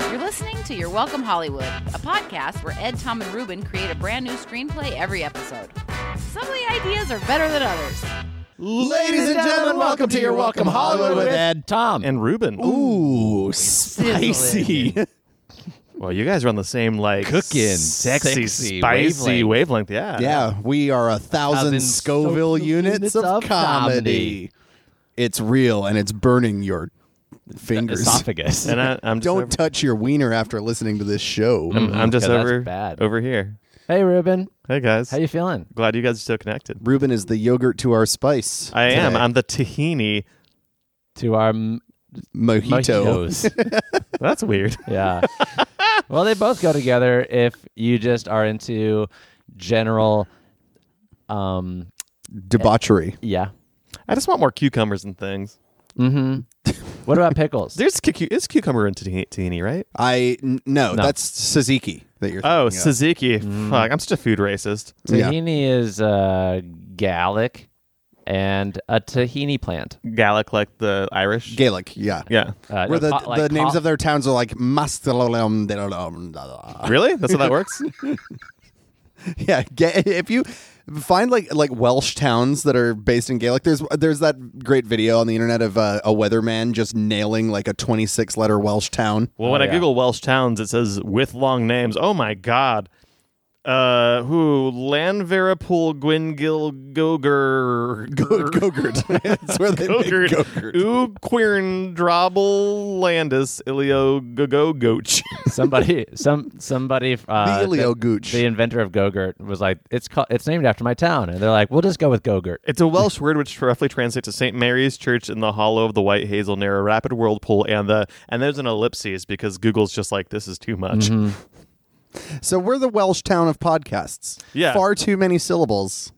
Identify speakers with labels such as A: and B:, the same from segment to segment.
A: to Your Welcome Hollywood, a podcast where Ed, Tom, and Ruben create a brand new screenplay every episode. Some of the ideas are better than others.
B: Ladies and gentlemen, welcome to your Welcome Hollywood with Ed, Tom,
C: and Ruben.
B: ooh, spicy.
C: Well, you guys are on the same like
B: Cooking,
C: sexy,
B: sexy
C: spicy wavelength. Yeah.
D: Yeah, we are a thousand,
B: Thousand
D: Scoville
B: social
D: units,
B: units
D: of,
B: of
D: comedy.
B: comedy.
D: It's real and it's burning your fingers.
B: Esophagus.
C: And I, I'm just
D: Don't
C: over,
D: touch your wiener after listening to this show.
C: I'm, I'm just
B: Yeah, that's
C: over
B: bad.
C: over here.
B: hey, Ruben,
C: Hey guys,
B: how you feeling?
C: glad you guys are still connected.
D: Reuben is the yogurt to our spice.
C: I am.
D: today.
C: I'm the tahini.
B: To our m-
D: mojito.
B: mojitos.
C: That's weird.
B: yeah. Well, they both go together if you just are into general. Um.
D: debauchery.
B: Yeah.
C: I just want more cucumbers and things.
B: Mm-hmm. What about pickles?
C: There's cucu- it's cucumber and tahi- tahini, right?
D: I n- no,
B: No.
D: that's Suzuki that you're.
C: Oh,
D: thinking of.
C: Suzuki. Fuck, I'm such a food racist.
D: yeah.
B: Tahini is uh, Gallic, and a tahini plant.
C: Gallic, like the Irish.
D: Gaelic. Yeah,
C: yeah.
B: Uh,
D: where the
B: co- like
D: the names
B: co-
D: of their towns are like Mastalolem. da- da- da- da- da.
C: Really? That's how that works.
D: Yeah, Ga- if you find like like Welsh towns that are based in Gaelic, there's there's that great video on the internet of uh, a weatherman just nailing like a 26 letter Welsh town.
C: Well, when
B: Oh,
C: I
B: yeah.
C: Google Welsh towns, it says with long names. Oh my god. Uh, who Lanverapool Gwyngill Goger
D: Gogurt. That's where they make
C: Gogert.
D: Gogurt.
C: Uquirn Drobble Landis Ilio Gogo Goch.
B: somebody some somebody uh,
D: The
B: the,
D: Ilio Gooch.
B: the inventor of Gogurt was like it's called it's named after my town and they're like we'll just go with Gogurt.
C: It's a Welsh word which roughly translates to St. Mary's Church in the hollow of the White Hazel near a rapid whirlpool and the and there's an ellipses because Google's just like this is too much.
B: Mm-hmm.
D: So we're the Welsh town of podcasts.
C: Yeah.
D: Far too many syllables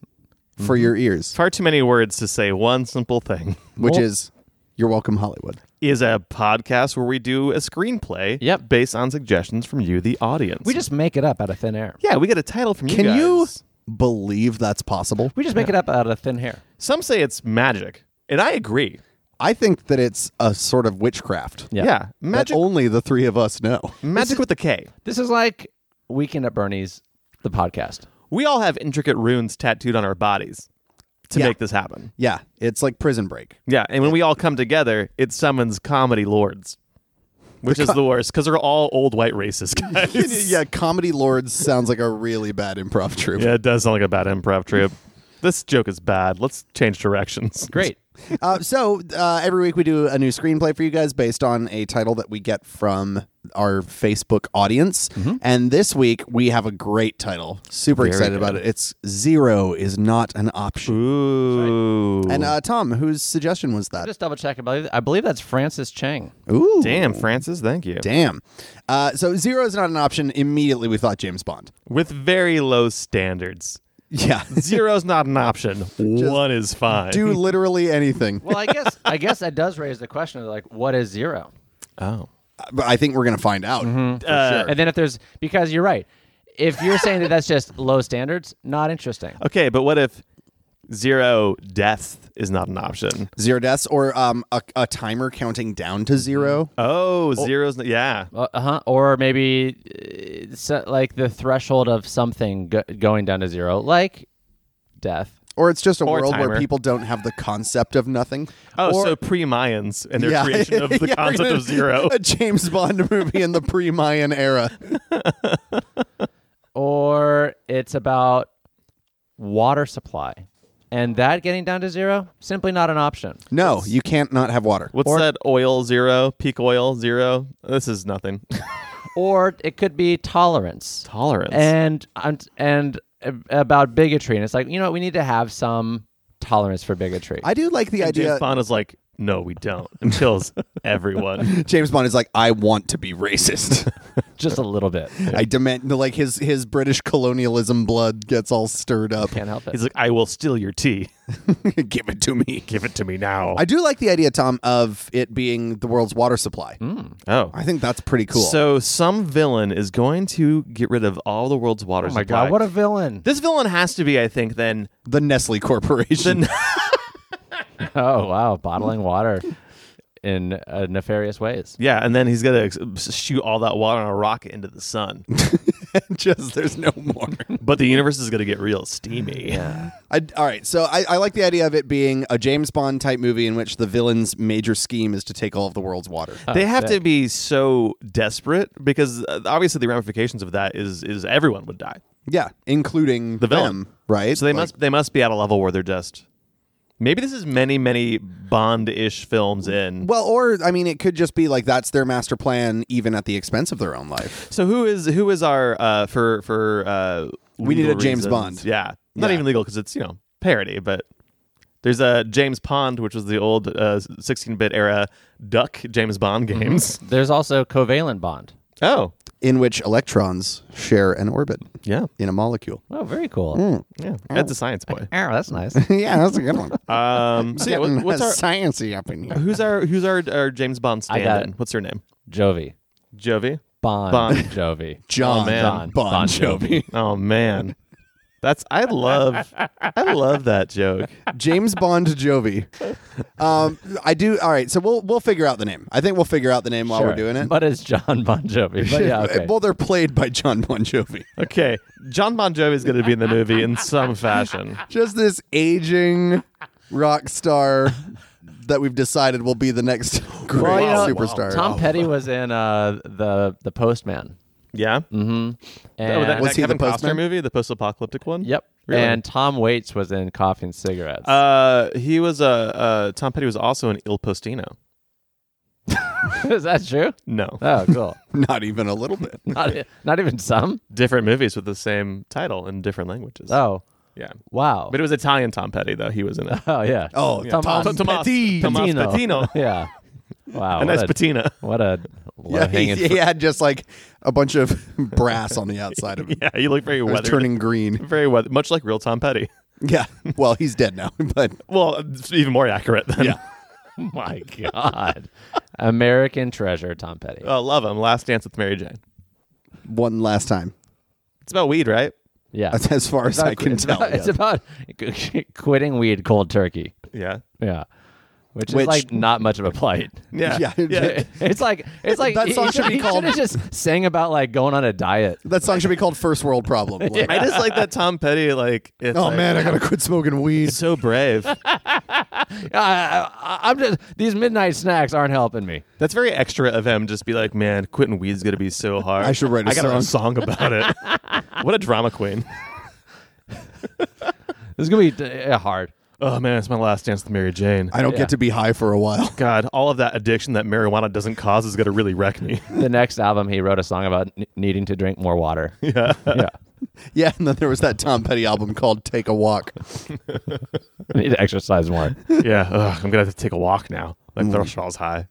D: for your ears,
C: Far too many words to say one simple thing.
D: which
B: Well-
D: is you're welcome, Hollywood.
C: Is a podcast where we do a screenplay
B: Yep.
C: based on suggestions from you, the audience.
B: We just make it up out of thin air.
C: Yeah, we get a title from you
D: Can you
C: guys.
D: believe that's possible?
B: We just make it up out of thin air.
C: Some say it's magic, and I agree.
D: I think that it's a sort of witchcraft
B: Yeah.
C: Yeah,
D: that
C: magic, Mm.
D: only the three of us know.
C: magic with a K.
B: This is like Weekend at Bernie's the podcast.
C: We all have intricate runes tattooed on our bodies to
D: Yeah.
C: make this happen.
D: Yeah, it's like Prison Break.
C: Yeah, and when we all come together, it summons comedy lords, which is the worst because they're all old white racist guys.
D: yeah, comedy lords sounds like a really bad improv troupe.
C: yeah, it does sound like a bad improv trip. this joke is bad. Let's change directions.
B: Great.
D: Uh, so uh, every week we do a new screenplay for you guys based on a title that we get from our Facebook audience. And this week we have a great title. Super excited about it. It's Zero is Not an Option.
C: Ooh,
D: And uh, Tom, whose suggestion was that?
B: Just double check. I believe, I believe that's Francis Chang.
D: Ooh.
C: damn, Francis, thank you.
D: Damn. Uh, so Zero is Not an Option. Immediately we thought James Bond.
C: With very low standards.
D: Yeah.
C: Zero's not an option. One is fine.
D: do literally anything.
B: Well, I guess I guess that does raise the question of like what is zero?
C: oh.
D: But I think we're going to find out.
C: Uh,
B: And then if there's because you're right. If you're saying that that's just low standards, not interesting.
C: Okay, but what if zero death is not an option?
D: zero deaths or um, a, a timer counting down to zero.
C: Oh, zero's n- yeah.
B: Uh huh. Or maybe uh, so, like the threshold of something go- going down to zero, like death.
D: Or it's just a
C: Or
D: world where
C: timer.
D: people don't have the concept of nothing.
C: Oh,
D: or,
C: so pre-Mayans and their
D: Yeah.
C: creation of the
D: Yeah, we're
C: concept
D: gonna-
C: of zero.
D: A James Bond movie in the pre Mayan era.
B: Or it's about water supply, and that getting down to zero simply not an option.
D: No, you can't not have water.
C: What's that? Oil zero, peak oil zero. This is nothing.
B: Or it could be tolerance,
C: Tolerance.
D: Eh,
B: and and, and ab- about bigotry, and it's like you know what, we need to have some tolerance for bigotry.
D: I do like the
C: James
D: idea.
C: Bond is like, no, we don't, and kills everyone.
D: James Bond is like, I want to be racist.
B: Just a little bit.
D: I demand like his his British colonialism blood gets all stirred up.
B: Can't help it.
C: He's like, I will steal your tea.
D: Give it to me.
C: Give it to me now.
D: I do like the idea, Tom, of it being the world's water supply.
C: oh,
D: I think that's pretty cool.
C: So some villain is going to get rid of all the world's water
B: Oh my
C: supply.
B: god, what a villain!
C: this villain has to be, I think, then
D: the Nestle Corporation.
B: Oh wow, bottling water. in uh, nefarious ways.
C: Yeah, and then he's gonna ex- shoot all that water on a rocket into the sun.
D: Just there's no more.
C: but the universe is gonna get real steamy. Yeah.
D: I, all right, so I, I like the idea of it being a James Bond type movie in which the villain's major scheme is to take all of the world's water.
C: They
B: Oh,
C: have to be so desperate because uh, obviously the ramifications of that is is everyone would die.
D: yeah, including
C: The villain.
D: them, right?
C: So they
D: Like,
C: must they must be at a level where they're just maybe this is many many Bond ish films in.
D: Well, or I mean, it could just be like that's their master plan, even at the expense of their own life.
C: So who is who is our uh, for for uh,
D: We need
C: legal
D: a James
C: reasons-
D: Bond.
C: Yeah, not
D: Yeah.
C: even legal because it's you know parody, but there's a James Pond, which was the old uh, 16-bit era Duck James Bond
D: Mm-hmm.
C: games.
B: There's also covalent bond.
C: Oh,
D: In which electrons share an orbit
C: yeah,
D: in a molecule.
B: Oh, very cool.
C: yeah, that's a science boy.
B: Oh, that's nice.
D: yeah, that's a good one.
C: Um, so yeah, what- what's our
D: sciencey up in here?
C: who's our who's our, our James Bond
B: I got
C: stand-in?
B: it.
C: What's her name?
B: Jovi.
C: Jovi.
B: Bond.
C: Bond.
B: Jovi.
D: John,
C: Oh, man.
B: John.
D: Bon
B: Bon
D: Jovi.
C: Oh man, that's I love I love that joke.
D: James Bond Jovi. Um, I do. All right, so we'll we'll figure out the name. I think we'll figure out the name while
B: Sure.
D: we're doing it.
B: But it's John Bon Jovi. But yeah, okay.
D: well, they're played by John Bon Jovi.
C: Okay, John Bon Jovi is going to be in the movie in some fashion.
D: Just this aging rock star that we've decided will be the next great Oh.
B: Well, you know,
D: superstar.
B: Tom Petty was in uh, the the Postman. Mm-hmm.
C: Yeah.
B: And,
C: Oh, that,
D: Mm-hmm. Was
C: that
D: he the
C: Kevin Costner
D: postman?
C: movie, the post-apocalyptic one?
B: Yep.
C: Really?
B: And Tom Waits was in Coffee and Cigarettes.
C: Uh, he was Uh, uh, Tom Petty was also in Il Postino.
B: Is that true?
C: No,
B: Oh, cool.
D: Not even a little bit.
B: not, e, not even some.
C: different movies with the same title in different languages.
D: Ah.
B: Oh,
C: yeah.
B: wow.
C: But it was Italian Tom Petty though. He was in it.
B: oh yeah.
D: Oh,
B: Yeah.
D: Tom,
B: Tom-
C: Tomas-
D: Petty.
C: Tomas
B: Patino.
C: Patino.
B: yeah. Wow.
D: Oh,
C: a nice
B: what, a,
C: patina.
B: what a
D: Yeah,
B: low
D: he,
B: hanging.
D: he had just like a bunch of brass on the outside of him.
C: Yeah, you look very
D: It was
C: weathered.
D: turning green.
C: very weathered, much like real Tom Petty.
D: Yeah. Well, he's dead now, but
C: Well, it's even more accurate. Than,
D: yeah.
B: My God. American treasure, Tom Petty.
C: oh, love him. Last Dance with Mary Jane.
D: One last time.
C: It's about weed, right?
B: Yeah.
D: That's as far as I can
B: it's
D: tell.
B: About, It's
D: yeah.
B: about quitting weed cold turkey.
C: Yeah.
B: Yeah. Which,
D: Which-
B: is like not much of a plight.
C: Yeah.
D: Yeah.
B: It's like it's like
D: That
B: he-
D: song
B: he
D: should be
B: he
D: called-
B: should've just sang about like going on a diet.
D: That song should be called First World Problem. Like,
C: I just like that Tom Petty. Like, it's
D: Oh
C: like-
D: man, I gotta quit smoking weed.
C: he's so brave.
B: I, I, I'm just these midnight snacks aren't helping me.
C: That's very extra of him. Just be like, man, quitting weed's gonna be so hard.
D: I should write a
C: I gotta write a song about it. what a drama queen.
B: This is gonna be uh, hard.
C: Oh man, it's my last dance with Mary Jane.
D: I don't
B: Yeah.
D: get to be high for a while.
C: God, all of that addiction that marijuana doesn't cause is gonna really wreck me.
B: The next album, he wrote a song about n- needing to drink more water. Yeah, yeah.
D: Yeah, and then there was that Tom Petty album called Take a Walk.
B: I need to exercise more.
C: yeah, ugh, I'm gonna have to take a walk now. Like
D: Mm.
C: Threshold's high.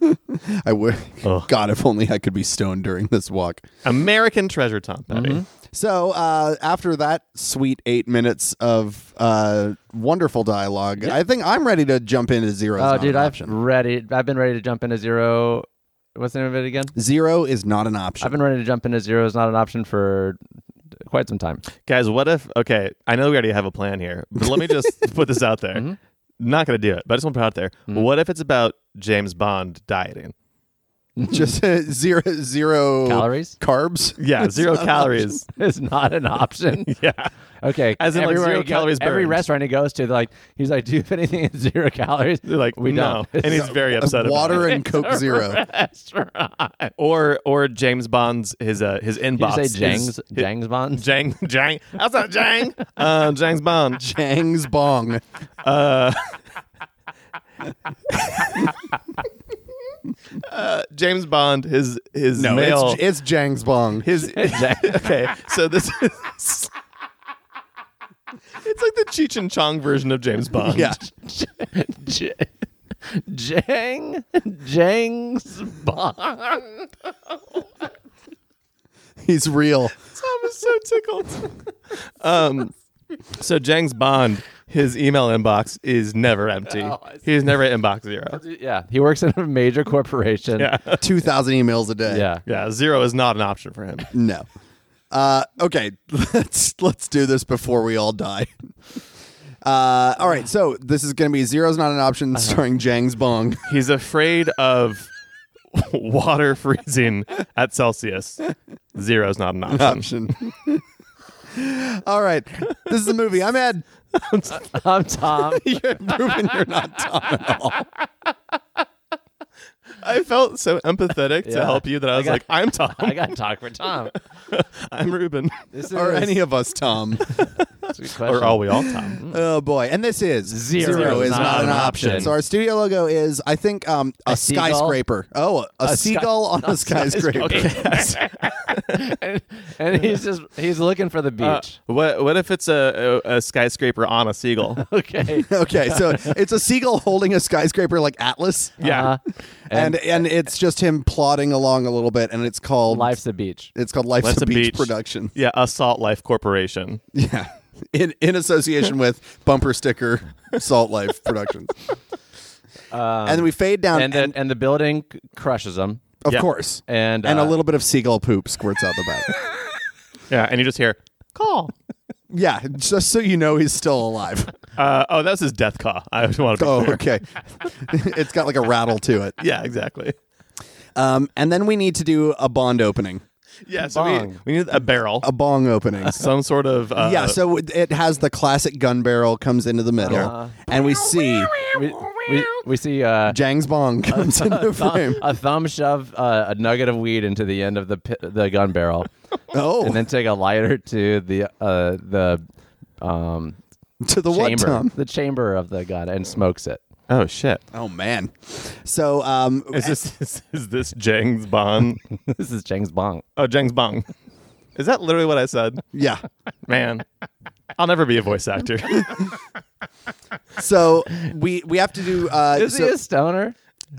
D: I would
C: Ugh.
D: God, if only I could be stoned during this walk.
C: American treasure, Tom Petty.
D: Mm-hmm. So uh, after that sweet eight minutes of uh, wonderful dialogue, I think I'm ready to jump into zero. is
B: Oh,
D: not
B: dude,
D: an
B: I've
D: option.
B: ready. I've been ready to jump into zero. What's the name of it again?
D: zero is not an
B: I've
D: option.
B: been ready to jump into zero is not an option for quite some time.
C: Guys, what if? Okay, I know we already have a plan here, but let me just put this out there.
D: Mm-hmm.
C: Not gonna do it, but I just want to put it out there. What if it's about James Bond dieting?
D: Just uh, zero zero
B: Calories?
D: carbs.
C: Yeah, zero calories.
B: It's not an option.
C: Yeah.
B: Okay,
C: As in, like,
B: everywhere
C: zero
B: he go-
C: calories
B: Every
C: burned.
B: restaurant he goes to, they're like he's like, do you have anything at zero calories?
C: They're like,
B: we
C: no.
B: don't.
C: And he's
B: uh,
C: very upset
D: Water
C: about
D: and Coke Zero.
B: restaurant.
C: it. Or or James Bond's his uh, his
B: Did
C: inbox.
B: you
C: is-
B: say Jang's
C: his-
B: Jang's Bonds?
C: Jang Jang. That's not Jang. Uh, Jang's Bond.
D: Chang's bong.
C: Uh, James Bond. His his
D: No,
C: mail.
D: it's, it's Jang's bong.
C: his okay. So this is. It's like the Cheech and Chong version of James Bond.
D: yeah,
B: J- Jang Jang's Bond.
D: he's real.
C: Tom is so tickled. Um, so Jang's Bond. His email inbox is never empty.
B: Oh, I see.
C: He's never at inbox zero.
B: Yeah, he works in a major corporation.
C: Yeah.
D: Two thousand emails a day.
B: yeah.
C: Yeah, zero is not an option for him.
D: No. Uh, okay, let's let's do this before we all die. Uh, all right, so this is going to be Zero's Not an Option starring Jangs Bong.
C: He's afraid of water freezing at Celsius. Zero's not an option.
D: Option. all right, this is the movie. I'm Ed.
B: I'm Tom.
D: You're proven you're not Tom.
C: I felt so empathetic to
B: Yeah.
C: help you that I was
B: got-
C: like, I'm Tom.
B: I got to talk for Tom.
C: I'm Ruben.
B: This is
D: Or any of us, Tom.
B: that's a good question.
C: Or are we all Tom?
D: Oh boy! And this is
B: Zero
D: is not, an option. So our studio logo is, I think, um, a,
B: A seagull?
D: skyscraper. Oh, a, a
B: sky-
D: seagull on a skyscraper.
B: and, and he's just he's looking for the
C: Uh,
B: beach.
C: what what if it's a, a, a skyscraper on a seagull?
B: okay.
D: okay, so it's a seagull holding a skyscraper like Atlas.
C: Yeah.
B: Uh,
D: and, and it's just him plodding along a little bit, and it's called
B: life's the beach.
D: It's called Life's,
C: Life's
D: a,
C: a
D: Beach,
C: Beach.
D: production.
C: Yeah, Assault Life Corporation.
D: Yeah, in in association with bumper sticker Salt Life Productions. and then we fade down,
B: And the, and the building c- crushes him.
D: of
C: yeah.
D: course,
B: And
D: and a
B: uh,
D: little bit of seagull poop squirts out the back.
C: Yeah, and you just hear call.
D: Yeah, just so you know, he's still alive.
C: Uh, oh, that's his death call. I just want to. Be
D: Oh,
C: clear.
D: okay. it's got like a rattle to it.
C: Yeah, exactly.
D: Um, and then we need to do a bond opening,
C: Yeah, so we,
B: Bong.
C: we need a barrel,
D: a bong opening.
C: some sort of uh,
D: yeah, so it- it has the classic gun barrel comes into the middle, and we see
B: we, we, we see uh,
D: Jang's bong comes into frame.
B: a thumb shove uh, a nugget of weed into the end of the pi- the gun barrel,
D: Oh,
B: and then take a lighter to the uh, the um,
D: to the what,
B: chamber,
D: Tom?
B: the chamber of the gun, and smokes it.
C: oh shit.
D: Oh man. So um,
C: Is this is, is this Jengs Bond?
B: this is Cheng's bong.
C: Oh, Jengs Bong. Is that literally what I said?
D: yeah.
C: Man, I'll never be a voice actor.
D: So we we have to do. Uh,
B: Is
D: so-
B: he a stoner?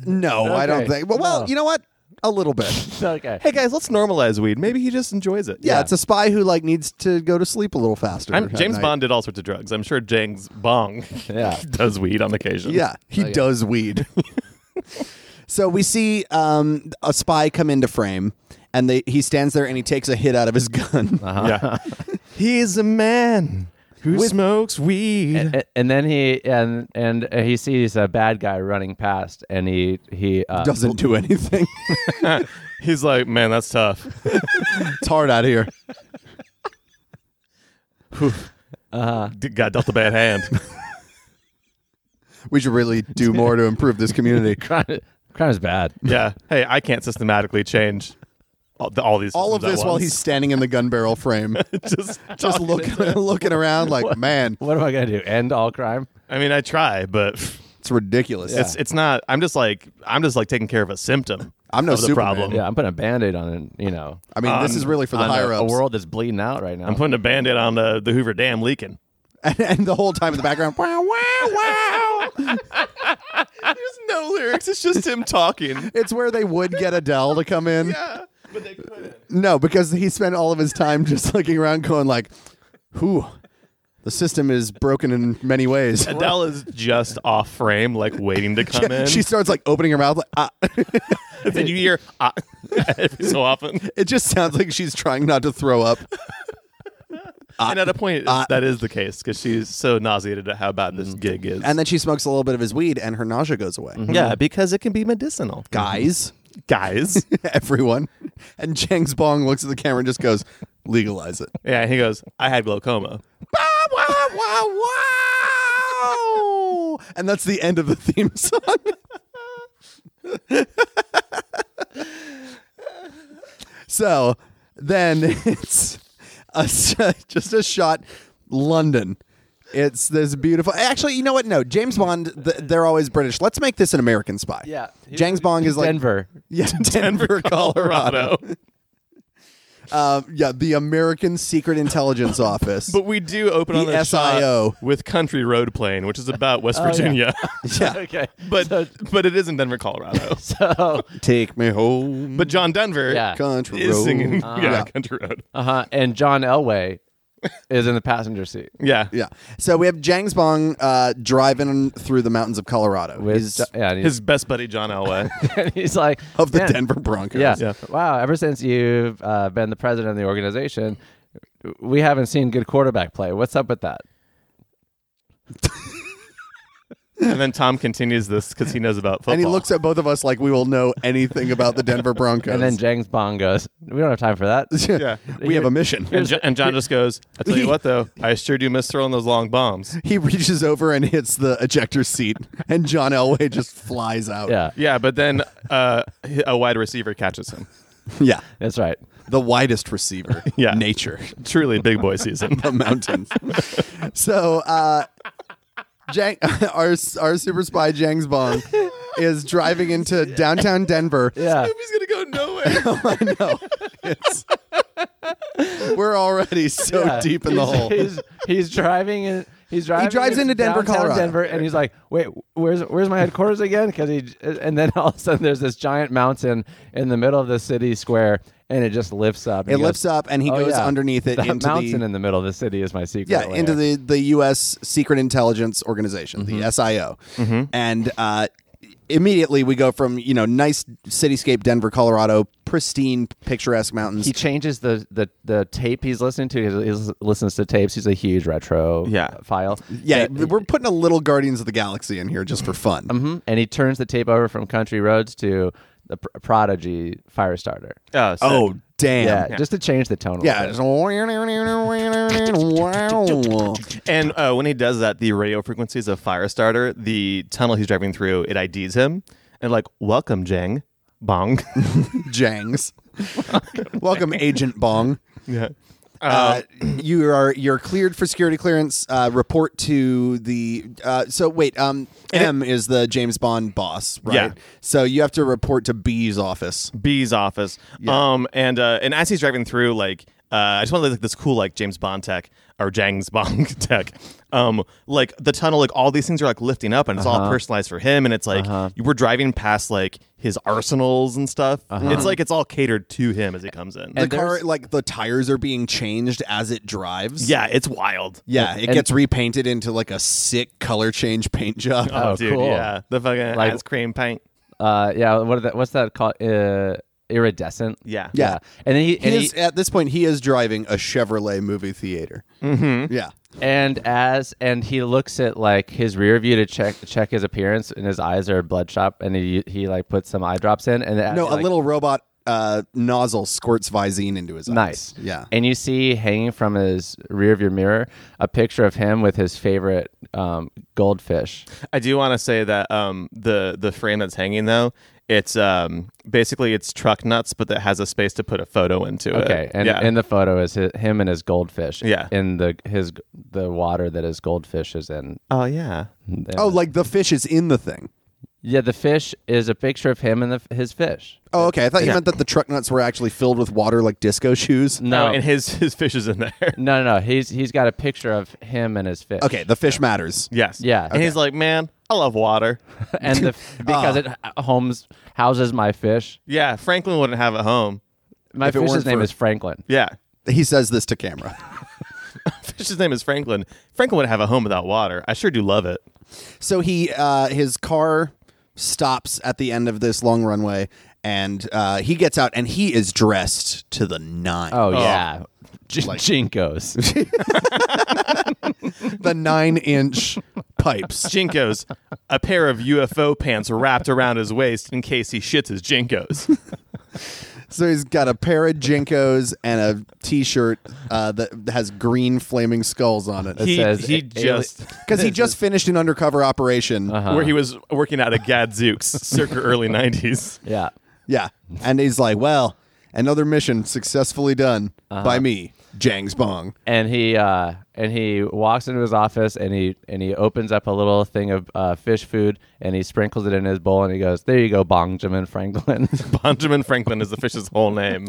D: no, I don't
B: Okay.
D: think. Well, well,
B: No.
D: you know what? A little bit.
B: Okay.
C: hey guys, let's normalize weed. Maybe he just enjoys it.
D: Yeah, it's a spy who like needs to go to sleep a little faster.
C: I'm,
D: at
C: James
D: night.
C: Bond did all sorts of drugs. I'm sure Jengs Bong
B: Yeah.
C: does weed on occasion.
D: Yeah, he
B: Okay.
D: does weed. so we see um, a spy come into frame, and they, he stands there and he takes a hit out of his gun.
C: Yeah. He's a man who smokes weed.
B: A- and then he and and he sees a bad guy running past, and he he uh,
D: Doesn't do anything. Eh.
C: He's like, man, that's tough.
D: it's hard out here.
C: D- Got dealt a bad hand.
D: We should really do more to improve this community.
B: crime, crime is bad.
C: yeah. Hey, I can't systematically change all, the, all these.
D: All of
C: systems at
D: this while
C: once.
D: he's standing in the gun barrel frame,
C: just,
D: just looking looking around like, man,
B: What am I gonna do? End all crime?
C: I mean, I try, but
D: it's ridiculous.
C: it's it's not. I'm just like I'm just like taking care of a symptom.
D: I'm no
C: of the
D: Superman.
C: problem.
B: Yeah, I'm putting a band-aid on it, you know.
D: I mean, this is really Mm-hmm. for the
B: on a-
D: higher
B: a,
D: ups.
B: world that's bleeding out right now.
C: I'm putting a band-aid on the, the Hoover Dam leaking.
D: And, and the whole time in the background, wow, wow, wow.
C: There's no lyrics. It's just him talking.
D: It's where they would get Adele to come in.
C: yeah, but they couldn't.
D: No, because he spent all of his time just looking around, going like, "Who? The system is broken in many ways."
C: Adele is just off frame, like waiting to come in.
D: She starts like opening her mouth. Like, ah.
C: Did you hear ah, every so often?
D: It just sounds like she's trying not to throw up.
C: and at a point, it's-
D: ah.
C: that is the case because she's so nauseated at how bad this gig is. Mm-hmm.
D: And then she smokes a little bit of his weed, and her nausea goes away.
C: yeah, because it can be medicinal,
D: Guys,
C: guys.
D: everyone, and Chang's Bong looks at the camera and just goes, "Legalize it."
C: yeah, he goes. I had glaucoma.
D: wow, wow, wow. And that's the end of the theme song. so then it's a, s- just a shot, London. It's this beautiful. Actually, you know what? No, James Bond. th- They're always British. Let's make this an American spy.
B: Yeah.
D: James Bond is like
B: Denver.
D: Yeah, Denver,
C: Colorado.
D: Colorado. Um, yeah, the American Secret Intelligence Office.
C: But we do open on
D: The
C: the
D: SIO.
C: shot with Country Road Plane, which is about West
D: Oh,
C: Virginia.
D: yeah.
B: Okay.
C: but but it is in Denver, Colorado.
B: So,
D: Take me home.
C: but John Denver
B: Yeah.
D: Country
C: is
D: road. Uh.
C: singing yeah,
D: Yeah.
C: Country Road.
B: uh-huh. And John Elway is in the passenger seat
C: Yeah.
D: Yeah. So we have Jangs Bong uh, driving through the mountains of Colorado.
B: with
D: He's
B: Jo- yeah, and he's,
C: His best buddy John Elway.
B: and he's like
D: of the
B: "Man,
D: Denver Broncos.
B: Yeah.
C: Yeah.
B: Wow. Ever since you've uh, been the president of the organization, we haven't seen good quarterback play. What's up with that?
C: and then Tom continues this because he knows about football.
D: And he looks at both of us like we will know anything about the Denver Broncos.
B: And then James Bond goes, "We don't have time for that."
C: Yeah.
D: we have a mission.
C: And, Jo- and John just goes, I tell you what, though, I sure do miss throwing those long bombs.
D: He reaches over and hits the ejector seat, and John Elway just flies out.
B: yeah,
C: Yeah, but then uh, a wide receiver catches him.
D: Yeah.
B: that's right.
D: The widest receiver.
C: Yeah.
D: Nature.
C: Truly big boy season.
D: the mountains. so, uh, Jang, our our super spy Jangs Bong is driving into downtown Denver.
B: Yeah,
C: He's going to go nowhere.
D: I know. It's- we're already so
B: Yeah.
D: deep in the
B: He's-
D: hole.
B: He's, he's driving in. He's driving.
D: drives into Denver,
B: downtown
D: Colorado.
B: Denver, and he's like, "Wait, where's where's my headquarters again?" Because he, and then all of a sudden, there's this giant mountain in the middle of the city square, and it just lifts up.
D: It lifts up, and he goes underneath it
B: Oh, That
D: into
B: mountain
D: the
B: in the middle of the city is my secret.
D: yeah
B: lair."
D: into the the U.S. Secret Intelligence Organization,
B: Mm-hmm.
D: the SIO, and uh, immediately we go from you know nice cityscape Denver, Colorado, pristine, picturesque mountains.
B: He changes the, the, the tape he's listening to. He, he listens to tapes. He's a huge retro
C: Yeah.
B: uh, file.
D: yeah,
B: That-
D: we're putting a little Guardians of the Galaxy in here just for fun.
B: Mhm. And he turns the tape over from Country Roads to the Pr- Prodigy Firestarter.
C: Oh, sick.
D: Oh damn!
B: Yeah,
D: Yeah.
B: just to change the tone. A little bit.
D: it's-
C: And uh, when he does that, the radio frequencies of Firestarter, the tunnel he's driving through, it IDs him and like, welcome, Jang. Bong.
D: Jangs. Welcome, Agent Bong.
C: yeah.
D: Uh, you are you're cleared for security clearance. Uh, report to the uh, so wait. Um, M is the James Bond boss, right?
C: Yeah.
D: So you have to report to B's office.
C: B's office. Um, and uh, and as he's driving through, like, uh, I just want to like this cool like James Bond tech or Jang's Bond tech. Um, like the tunnel, like all these things are like lifting up, and it's
B: Uh-huh.
C: all personalized for him. And it's like you we're driving past like his arsenals and stuff.
B: Uh-huh.
C: It's like it's all catered to him as he comes in.
D: the car, like the tires are being changed as it drives.
C: yeah, it's wild.
D: Yeah, it
B: And-
D: gets repainted into like a sick color change paint job.
C: Oh,
B: Oh,
C: dude,
B: cool.
C: yeah, the fucking
B: Like-
C: ice cream paint.
B: Uh, yeah. What are that, what's that called? Uh, iridescent.
C: Yeah.
D: Yeah.
B: And then he,
D: He
B: and, he-
D: is, at this point, he is driving a Chevrolet movie theater. Mm-hmm. Yeah.
B: and as and he looks at like his rear view to check check his appearance, and his eyes are bloodshot, and he he like puts some eye drops in, and
D: No,
B: like,
D: a little robot uh, nozzle squirts Visine into his eyes.
B: Nice.
D: Yeah.
B: And you see hanging from his rear view mirror a picture of him with his favorite um, goldfish.
C: I do want to say that um, the the frame that's hanging though, it's um, basically it's truck nuts, but that has a space to put a photo into it.
B: Okay. And
C: yeah.
B: in the photo is hi him and his goldfish.
C: Yeah.
B: In the his the water that his goldfish is in.
C: oh yeah,
B: uh,
D: Oh, like the fish is in the thing.
B: Yeah. The fish is a picture of him and the, his fish.
D: Oh, okay. I thought you meant that the truck nuts were actually filled with water like disco shoes.
B: No.
C: Oh, and his his fish is in there.
B: no. No. No. He's he's got a picture of him and his fish.
D: Okay, the fish matters.
C: yes.
B: Yeah.
C: And he's like, man, I love water.
B: and the f- because it
D: Ah.
B: h- homes houses my fish.
C: yeah, Franklin wouldn't have it home.
B: My
D: If it
B: fish's
D: weren't
B: name
D: for-
B: is Franklin.
C: Yeah.
D: He says this to camera.
C: Fish's name is Franklin. Franklin wouldn't have a home without water. I sure do love it.
D: So he uh, his car stops at the end of this long runway, and uh, he gets out, and he is dressed to the nine.
B: Oh, yeah. J- Jinkos.
D: The nine inch pipes.
C: Jinkos, a pair of UFO pants wrapped around his waist in case he shits his jinkos.
D: So he's got a pair of jinkos and a T-shirt uh, that has green flaming skulls on it.
C: he
B: says
C: he
B: a-
C: just
D: Because he just finished an undercover operation.
C: where he was working out at Gadzooks circa early 90s.
B: yeah.
D: Yeah, and he's like, "Well, another mission successfully done by me, Jangs Bong."
B: and he uh, and he walks into his office and he and he opens up a little thing of uh, fish food and he sprinkles it in his bowl and he goes, "There you go, Benjamin Franklin."
C: Benjamin Franklin is the fish's whole name.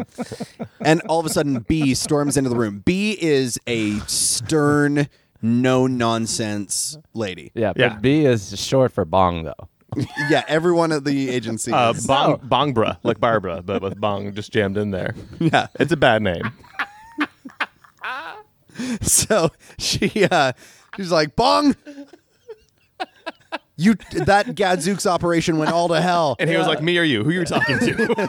D: And all of a sudden, B storms into the room. B is a stern, no nonsense lady.
B: yeah, but
C: Yeah.
B: B is short for bong though.
D: Yeah, everyone at the agency.
C: Uh,
D: is-
C: bong, Bongbra, like Barbara, but with Bong just jammed in there.
D: yeah,
C: It's a bad name.
D: so she uh, she's like, "Bong." You that Gadzooks operation went all to hell.
C: And he was like, "Me or you? Who you talking to?"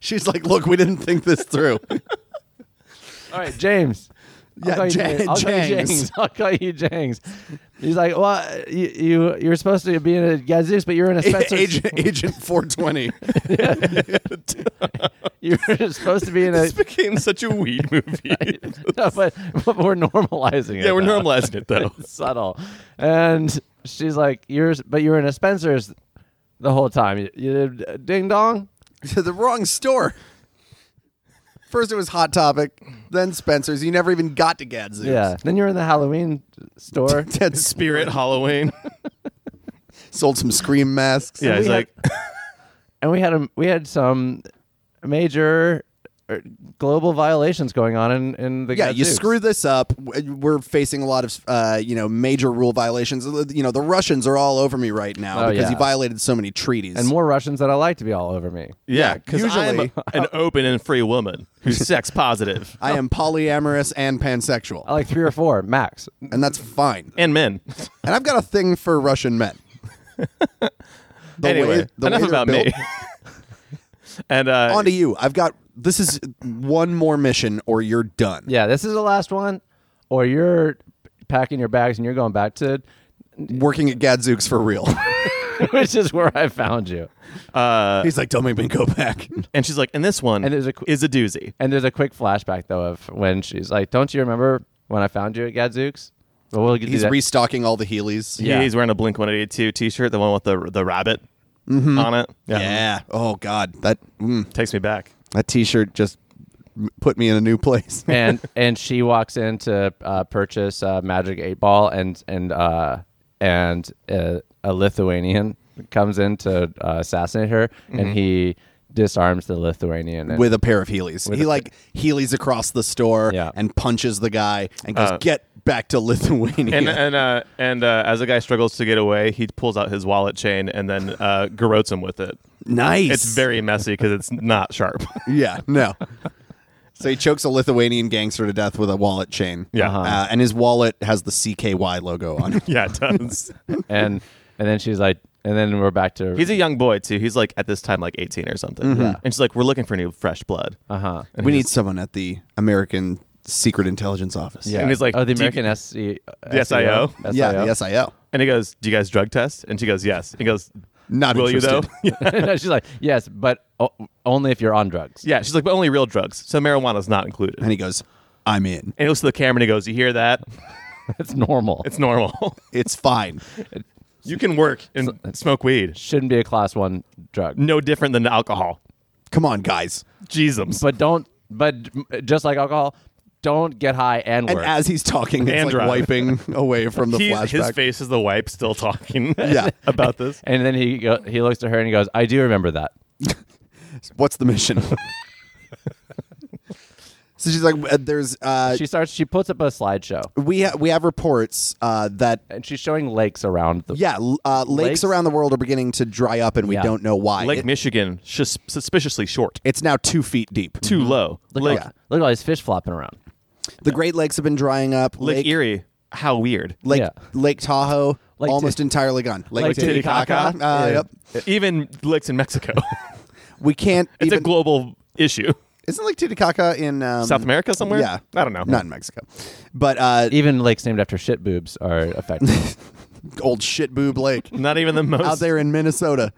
D: She's like, "Look, we didn't think this through."
B: All right, James. I'll
D: Yeah,
B: call you James. I'll
D: Jan-
B: call you
D: Jangs.
B: Jangs. I'll call you Jangs. He's like, well, you, you you're supposed to be in a Gadzooks, but you're in a Spencer's.
D: Agent, Agent 420.
B: You're supposed to be in a.
C: This became such a weed movie.
B: No, but, but we're normalizing it.
C: yeah, we're
B: now.
C: normalizing it though.
B: subtle. And she's like, "You're, but you were in a Spencer's the whole time. You, you- ding dong."
D: to the wrong store. First it was Hot Topic, then Spencer's. You never even got to Gadzooks.
B: Yeah. Then you're in the Halloween store.
D: Ted
C: Spirit Halloween.
D: sold some scream masks.
C: yeah, he's
B: had-
C: like,
B: and we had a, we had some major er, global violations going on in, in the
D: Yeah, you
B: Gadzooks.
D: screw this up. w- We're facing a lot of uh, you know major rule violations. You know the Russians are all over me right now
B: Oh,
D: because
B: yeah.
D: you violated so many treaties.
B: and more Russians that I like to be all over me.
C: yeah, because I'm
D: usually-
C: an open and free woman who's sex positive
D: I am polyamorous and
B: I
D: pansexual,
B: like three or four max.
D: and that's fine.
C: and men.
D: And I've got a thing for Russian men. The
C: anyway,
D: way- the
C: enough
D: way they're
C: about me.
D: built.
C: and uh,
D: On to you. I've got this is one more mission or you're done.
B: Yeah, this is the last one, or you're packing your bags and you're going back to,
D: Working at Gadzooks for real.
B: which is where I found you.
D: He's like, don't make me go back.
C: and she's like, and this one
B: And there's a qu-
C: is a doozy.
B: And there's a quick flashback though of when she's like, "Don't you remember when I found you at Gadzooks?" Well, we'll get to
D: He's
B: that.
D: restocking all the Heelys.
C: Yeah. he's wearing a Blink 182 T-shirt, the one with the the rabbit on it. Mm-hmm.
D: Yeah. Oh God, that mm,
C: takes me back.
D: that T-shirt just m- put me in a new place.
B: and and she walks in to uh, purchase uh, Magic Eight Ball, and and uh, and uh, a Lithuanian comes in to uh, assassinate her,
C: Mm-hmm.
B: and he disarms the Lithuanian. And
D: With a pair of Heelys, he like Heelys across the store
B: Yeah.
D: and punches the guy and goes, "Get back to Lithuania."
C: And and uh, and uh, as the guy struggles to get away, he pulls out his wallet chain and then uh, garrotes him with it.
D: nice.
C: It's very messy because it's not sharp.
D: yeah. No. so he chokes a Lithuanian gangster to death with a wallet chain.
C: Yeah.
D: Uh, and his wallet has the CKY logo on it.
C: yeah, it does.
B: and and then she's like, and then we're back to
C: He's a young boy too. He's like at this time like 18 or something.
D: Mm-hmm.
C: And she's like, "We're looking for new fresh blood."
B: uh huh.
D: we need someone at the American Secret Intelligence Office.
B: Yeah.
C: And he's like,
B: oh, the
C: "Do you-
B: American SC,
C: The SIO?
B: E
D: Yeah. The SIO.
C: And he goes, "Do you guys drug test?" And she goes, "Yes." And he goes,
D: Not
C: "Will you
D: interested.
C: though?"
B: No, she's like, yes, but o- only if you're on drugs.
C: yeah. She's like, "But only real drugs, so marijuana's not included."
D: And he goes, "I'm in.
C: And he looks to the camera and he goes, "You hear that?
B: It's normal.
C: It's normal.
D: It's fine."
C: you can work and smoke weed.
B: shouldn't be a class one drug.
C: No different than alcohol.
D: Come on, guys.
C: Jesus.
B: But don't. But just like alcohol, don't get high and
D: And
B: work.
D: as he's talking, it's
C: And
D: like
C: drive.
D: wiping away from the
C: He-
D: flashback.
C: his face is the wipe still talking
D: Yeah.
C: about this.
B: and then he go, he looks to her and he goes, "I do remember that."
D: What's the mission? so she's like, uh, "There's uh,
B: She starts. She puts up a slideshow,
D: we ha- we have reports uh, that."
B: and she's showing lakes around the.
D: Yeah, l- uh, lakes,
B: Lakes?
D: around the world are beginning to dry up, and we
B: Yeah.
D: don't know why.
C: Lake
D: It-
C: Michigan, shus- suspiciously short,
D: it's now two feet deep.
C: too low.
B: Look,
C: Lake,
B: at, look at all these fish flopping around.
D: The Great Lakes have been drying up.
C: Lake, Erie, how weird.
D: Lake
B: Yeah.
D: Lake Tahoe,
B: Lake
D: almost
B: Ti-
D: entirely gone. Lake,
B: Lake
D: Titicaca.
B: Titicaca.
D: Uh,
B: Yeah.
D: Yep.
C: Even lakes in Mexico.
D: We can't
C: it's a
D: even.
C: global issue.
D: isn't Lake Titicaca in um,
C: South America somewhere?
D: Yeah,
C: I don't know.
D: Not in Mexico, but uh,
B: Even lakes named after shit boobs are affected.
D: old shit boob lake
C: Not even the
D: out
C: most
D: there in Minnesota.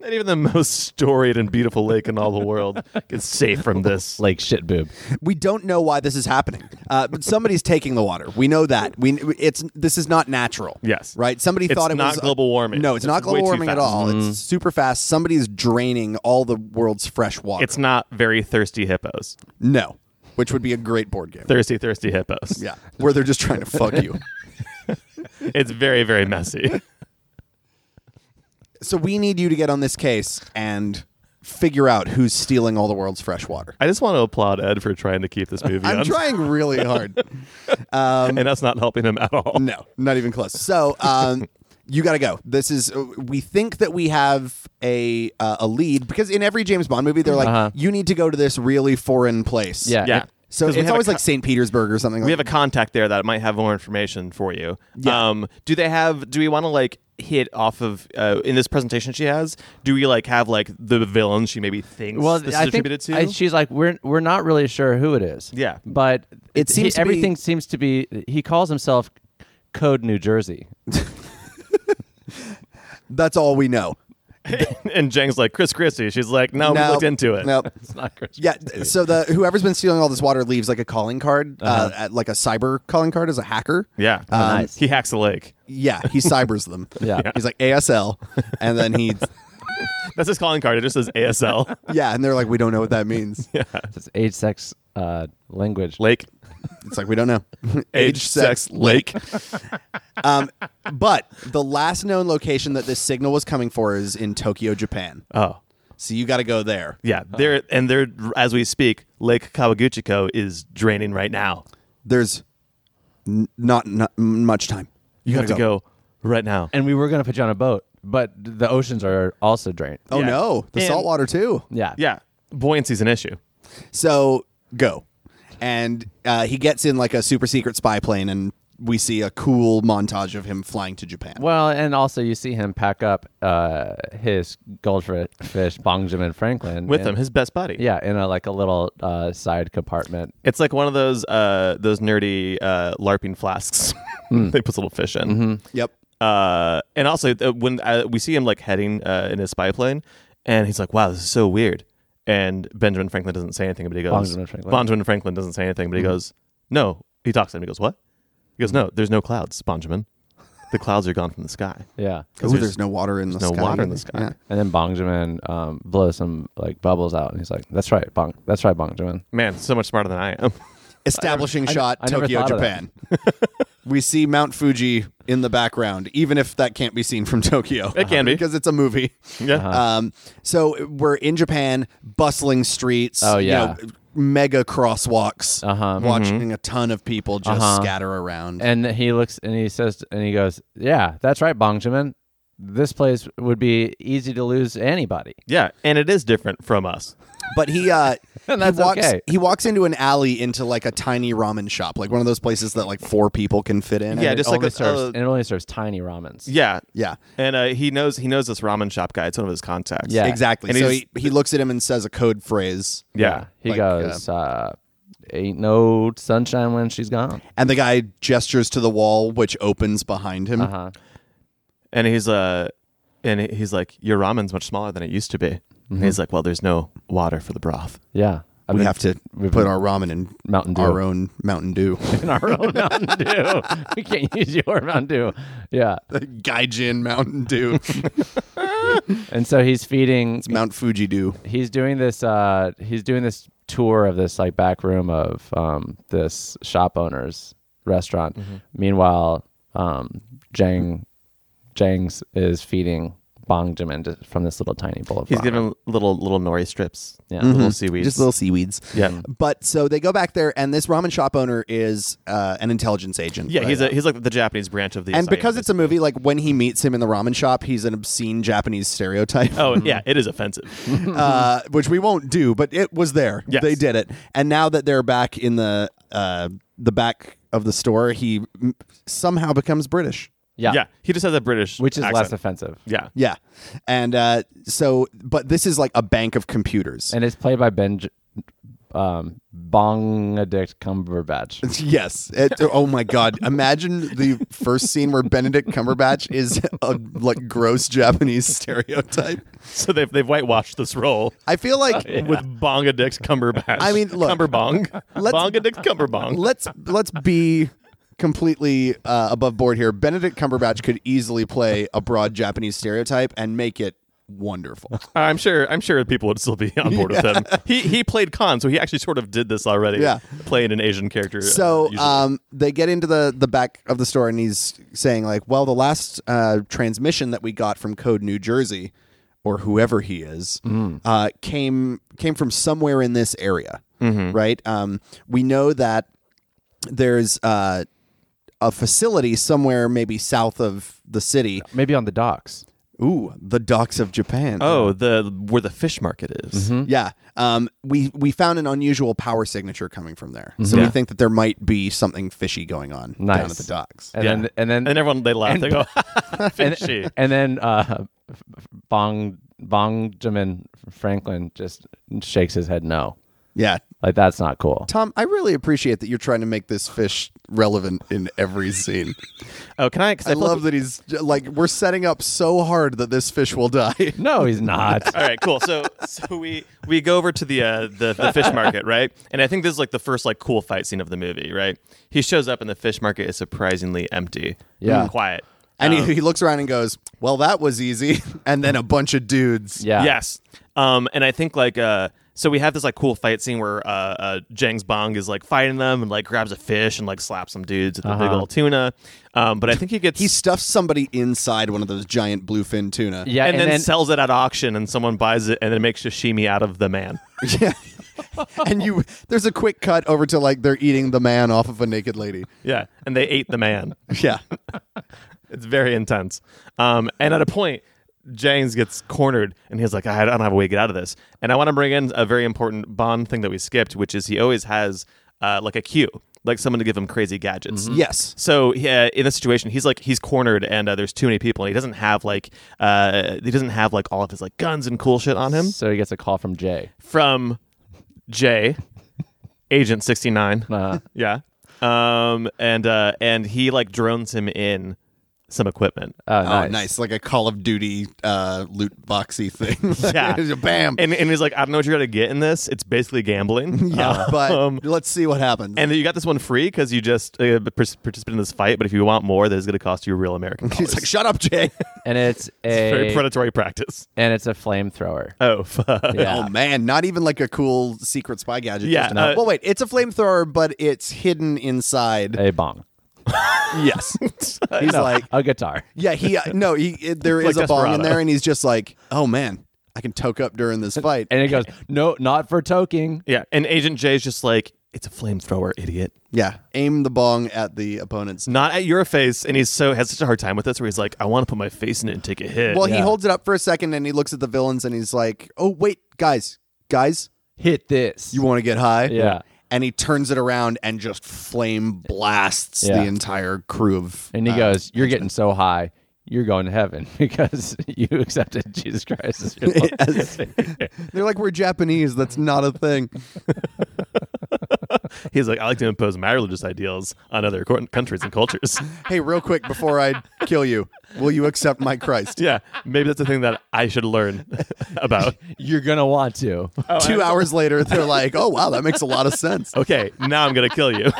C: not even the most storied and beautiful lake in all the world is safe from this.
B: Lake shit boob.
D: We don't know why this is happening, uh, but somebody's taking the water. We know that. We it's this is not natural.
C: Yes.
D: right. Somebody
C: It's
D: thought it
C: not
D: was uh,
C: global warming.
D: No, it's,
C: It's
D: not
C: way
D: global
C: too
D: warming at
C: fast. Mm-hmm.
D: all. It's super fast. Somebody's draining all the world's fresh water.
C: It's not very thirsty hippos.
D: no, which would be a great board game.
C: Thirsty, thirsty hippos.
D: yeah, where they're just trying to fuck you.
C: It's very, very messy.
D: So we need you to get on this case and figure out who's stealing all the world's fresh water.
C: I just want to applaud Ed for trying to keep this movie
D: I'm
C: on,
D: trying really hard.
C: and that's not helping him at all.
D: No, not even close. So, um, you got to go. This is uh, we think that we have a uh, a lead because in every James Bond movie they're like
B: Uh-huh.
D: you need to go to this really foreign place.
B: Yeah.
C: Yeah.
B: And,
D: So
C: 'Cause we
D: it's
C: have
D: always
C: a
D: like St. Petersburg or something.
C: we
D: like
C: have a contact there that might have more information for you.
D: Yeah.
C: Um, do they have? Do we want to like hit off of uh, in this presentation she has? Do we like have like the villain she maybe thinks
B: well,
C: this
B: I
C: is
B: think
C: attributed to?
B: I- she's like, we're we're not really sure who it is.
C: Yeah.
B: but
D: It
B: he-
D: seems to be-
B: everything seems to be. He calls himself Code New Jersey.
D: That's all we know.
C: and Jang's like Chris Christie. She's like, no, Oh, we looked into it.
D: Nope.
B: It's not Chris.
D: Yeah. th- So the whoever's been stealing all this water leaves like a calling card, uh at- like a cyber calling card as a hacker.
C: Uh-huh. Yeah,
B: Oh,
D: nice.
C: He hacks the lake.
D: Yeah. He cybers them.
B: Yeah.
D: He's like ASL, and then he,
C: That's his calling card. It just says ASL
D: yeah, and they're like, we don't know what that means.
B: It's age, sex, uh, language.
C: lake.
D: It's like we don't know.
C: Age, sex, lake.
D: Um, but the last known location that this signal was coming for is in Tokyo, Japan.
C: Oh,
D: So you got to go there.
C: yeah.
B: Uh-huh.
C: They're and they're as we speak. Lake Kawaguchiko is draining right now.
D: There's n- not, not m- much time.
C: You, have to go. right now.
B: And we were gonna put you on a boat, but the oceans are also drained.
D: Oh
C: Yeah.
D: no, the
C: And-
D: salt water too.
B: Yeah,
C: Yeah, buoyancy's an issue.
D: So go, and uh, he gets in like a super secret spy plane, and we see a cool montage of him flying to Japan.
B: Well, and also you see him pack up uh, his goldfish, Benjamin Franklin,
C: with
B: in-
C: him, his best buddy.
B: Yeah, in a like a little uh, side compartment.
C: It's like one of those uh, those nerdy uh, LARPing flasks. they put little fish in.
B: Mm-hmm.
D: Yep.
C: Uh, and also uh, when uh, we see him like heading uh, in his spy plane, and he's like, "Wow, this is so weird." And Benjamin Franklin doesn't say anything, but he goes,
B: Benjamin Franklin.
C: Benjamin Franklin Mm-hmm. doesn't say anything, but he goes, "No." He talks to him. He goes, "What?" He goes, "No, there's no clouds, Benjamin. The clouds are gone from the sky.
B: Yeah,
D: Oh,
C: 'Cause
D: there's, no water in the
C: no
D: sky.
C: water in
D: either.
C: the sky."
D: Yeah.
B: and then Benjamin um, blows some like bubbles out, and he's like, "That's right, Bong. That's right, Benjamin."
C: Man, so much smarter than I am.
D: Establishing
B: I-
D: shot,
B: I never
D: Tokyo,
B: thought of
D: Japan. we see Mount Fuji in the background, even if that can't be seen from Tokyo. It
C: can be.
D: because it's a movie.
C: yeah.
D: Um, so we're in Japan, bustling streets.
B: Oh,
D: you
B: yeah.
D: know, mega crosswalks.
B: Uh-huh.
D: Watching a ton of people just
B: Uh-huh.
D: scatter around.
B: And he looks and he says, and he goes, "Yeah, that's right, Benjamin. This place would be easy to lose anybody."
C: yeah, and it is different from us.
D: But he uh
B: that's
D: he walks
B: okay.
D: he walks into an alley into like a tiny ramen shop, like one of those places that like four people can fit in.
C: Yeah,
B: And it
C: just like
B: only
C: a-
B: serves,
C: uh,
B: and it only serves tiny ramens.
C: Yeah,
D: Yeah.
C: And uh, he knows he knows this ramen shop guy. It's one of his contacts.
B: Yeah.
D: Exactly.
C: And
D: so
C: he's-
D: he, he looks at him and says a code phrase.
C: Yeah.
B: He
D: Like, uh,
B: goes, uh, "Ain't no sunshine when she's gone."
D: And the guy gestures to the wall which opens behind him.
B: Uh huh.
C: And he's uh, and he's like, your ramen's much smaller than it used to be. And he's like, well, there's no water for the broth.
B: Yeah. I
D: We
B: mean,
D: have to
B: we've
D: put
B: been-
D: our ramen in
B: Mountain Dew.
D: our own Mountain Dew.
B: in our own Mountain Dew. We can't use your Mountain Dew. Yeah.
D: Gaijin Mountain Dew.
B: And so he's feeding
D: Mount Fuji Dew.
B: he's doing this uh he's doing this tour of this like back room of um this shop owner's restaurant.
D: Mm-hmm.
B: Meanwhile, um Jang Jang's is feeding Bongjamin to- from this little tiny bowl of
C: He's
B: ramen.
C: giving little little nori strips. Yeah. Mm-hmm. Little seaweeds.
D: Just little seaweeds.
C: Yeah.
D: But so they go back there, and this ramen shop owner is uh, an intelligence agent.
C: Yeah.
D: right?
C: He's a, he's like the Japanese branch of the.
D: and
C: SIA.
D: because it's a movie, like when he meets him in the ramen shop, he's an obscene Japanese stereotype,
C: oh yeah, it is offensive.
D: uh, which we won't do, but it was there.
C: Yes.
D: They did it, and now that they're back in the uh, the back of the store, he m- somehow becomes British.
B: yeah.
C: yeah. He just has a British,
B: Which is less
C: accent.
B: offensive.
C: Yeah.
D: Yeah, and uh, so, but this is like a bank of computers.
B: And it's played by Ben um Bongadict Cumberbatch.
D: Yes. It- oh my God! Imagine the first scene where Benedict Cumberbatch is a like gross Japanese stereotype.
C: So they've they've whitewashed this role
D: I feel like
C: with Bongadict Cumberbatch.
D: I mean, look.
C: Cumberbong.
D: Let's-
C: Bongadict Cumberbong.
D: let's let's be completely uh, above board here. Benedict Cumberbatch could easily play a broad Japanese stereotype and make it wonderful.
C: I'm sure. I'm sure people would still be on board with him. He he played Khan, so he actually sort of did this already.
D: Yeah.
C: playing an Asian character. uh,
D: So
C: usually.
D: um, they get into the the back of the store, and he's saying like, "Well, the last uh, transmission that we got from Code New Jersey, or whoever he is, uh, came came from somewhere in this area, right? Um, we know that there's uh, a facility somewhere, maybe south of the city,
B: Maybe on the docks.
D: Ooh, the docks of Japan.
C: Oh, the where the fish market is.
D: Yeah. Um, we we found an unusual power signature coming from there, so we
C: Yeah.
D: think that there might be something fishy going on down
B: Mm-hmm. Nice.
D: at the docks.
B: And
C: Yeah.
B: then and then
C: And everyone they laugh.
B: And-
C: they go,
B: and,
C: fishy.
B: and then uh, Bong Benjamin Franklin just shakes his head no.
D: Yeah,
B: Like that's not cool.
D: Tom, I really appreciate that you're trying to make this fish relevant in every scene.
C: Oh, can I? Cause I,
D: I
C: feel like
D: love that he's like we're setting up so hard that this fish will die.
B: No, he's not.
C: All right, cool. So so we we go over to the uh, the the fish market, right? And I think this is like the first like cool fight scene of the movie, right? He shows up and the fish market is surprisingly empty,
B: Yeah.
C: and quiet.
D: And
C: Um,
D: he, he looks around and goes, "Well, that was easy." And then a bunch of dudes.
B: Yeah.
C: Yes. Um, and I think like uh, so we have this like cool fight scene where uh, uh, Jang's Bong is like fighting them and like grabs a fish and like slaps some dudes with a big old tuna. Um, but I think he gets
D: He stuffs somebody inside one of those giant bluefin tuna.
B: Yeah,
C: and,
B: and
C: then,
B: then-
C: sells it at auction and someone buys it and then makes sashimi out of the man.
D: Yeah. and you there's a quick cut over to like they're eating the man off of a naked lady.
C: yeah, and they ate the man.
D: Yeah.
C: It's very intense. Um, and at a point, James gets cornered and he's like, I don't have a way to get out of this. And I want to bring in a very important Bond thing that we skipped, which is he always has uh, like a cue, like someone to give him crazy gadgets.
D: Yes.
C: So yeah, in this situation, he's like he's cornered and uh, there's too many people, and he doesn't have like uh, he doesn't have like all of his like guns and cool shit on him
B: So he gets a call from Jay.
C: from Jay, Agent sixty nine.
B: Uh,
C: Yeah. Um and uh and he like drones him in some equipment.
B: oh,
D: Oh,
B: nice.
D: nice. Like a Call of Duty uh, loot boxy thing.
C: Yeah.
D: Bam.
C: And and he's like, I don't know what you're gonna get in this. It's basically gambling.
D: yeah,
C: Uh,
D: but
C: um,
D: let's see what happens.
C: and you got this one free because you just uh, par- participated in this fight. But if you want more, that is gonna cost you real American dollars.
D: he's like, "Shut up, Jay."
B: And it's
C: Very
B: a
C: predatory practice.
B: and it's a flamethrower.
C: Oh fuck.
B: Yeah.
D: Oh man, not even like a cool secret spy gadget.
C: Yeah,
D: just
C: uh,
D: enough. well, wait, it's a flamethrower, but it's hidden inside.
B: A bong.
C: Uh,
D: yes. He's like,
B: A guitar.
D: yeah, he uh, no, he it, there is
C: Like
D: a bong in
C: Desperado.
D: there, and he's just like, oh man, I can toke up during this fight.
B: And it goes, No, not for toking.
C: Yeah. And Agent Jay's just like, it's a flamethrower, idiot.
D: yeah, aim the bong at the opponent's.
C: Not at your face. And he's so has such a hard time with this where he's like, I want to put my face in it and take a hit.
D: Well, he
B: Yeah.
D: holds it up for a second, and he looks at the villains, and he's like, oh wait, guys, guys,
B: Hit this.
D: you want to get high?
B: Yeah.
D: And he turns it around and just flame blasts
B: Yeah.
D: the entire crew of.
B: and he
D: uh,
B: goes, You're getting so high, you're going to heaven because you accepted Jesus Christ as your Lord.
D: They're like, we're Japanese. That's not a thing.
C: He's like, I like to impose my religious ideals on other co- countries and cultures.
D: hey, real quick before I kill you, will you accept my Christ?
C: yeah, maybe that's a thing that I should learn about.
B: You're gonna want to.
D: Two hours later, they're like, oh, wow, that makes a lot of sense.
B: Oh.
C: Okay, now I'm going to kill you.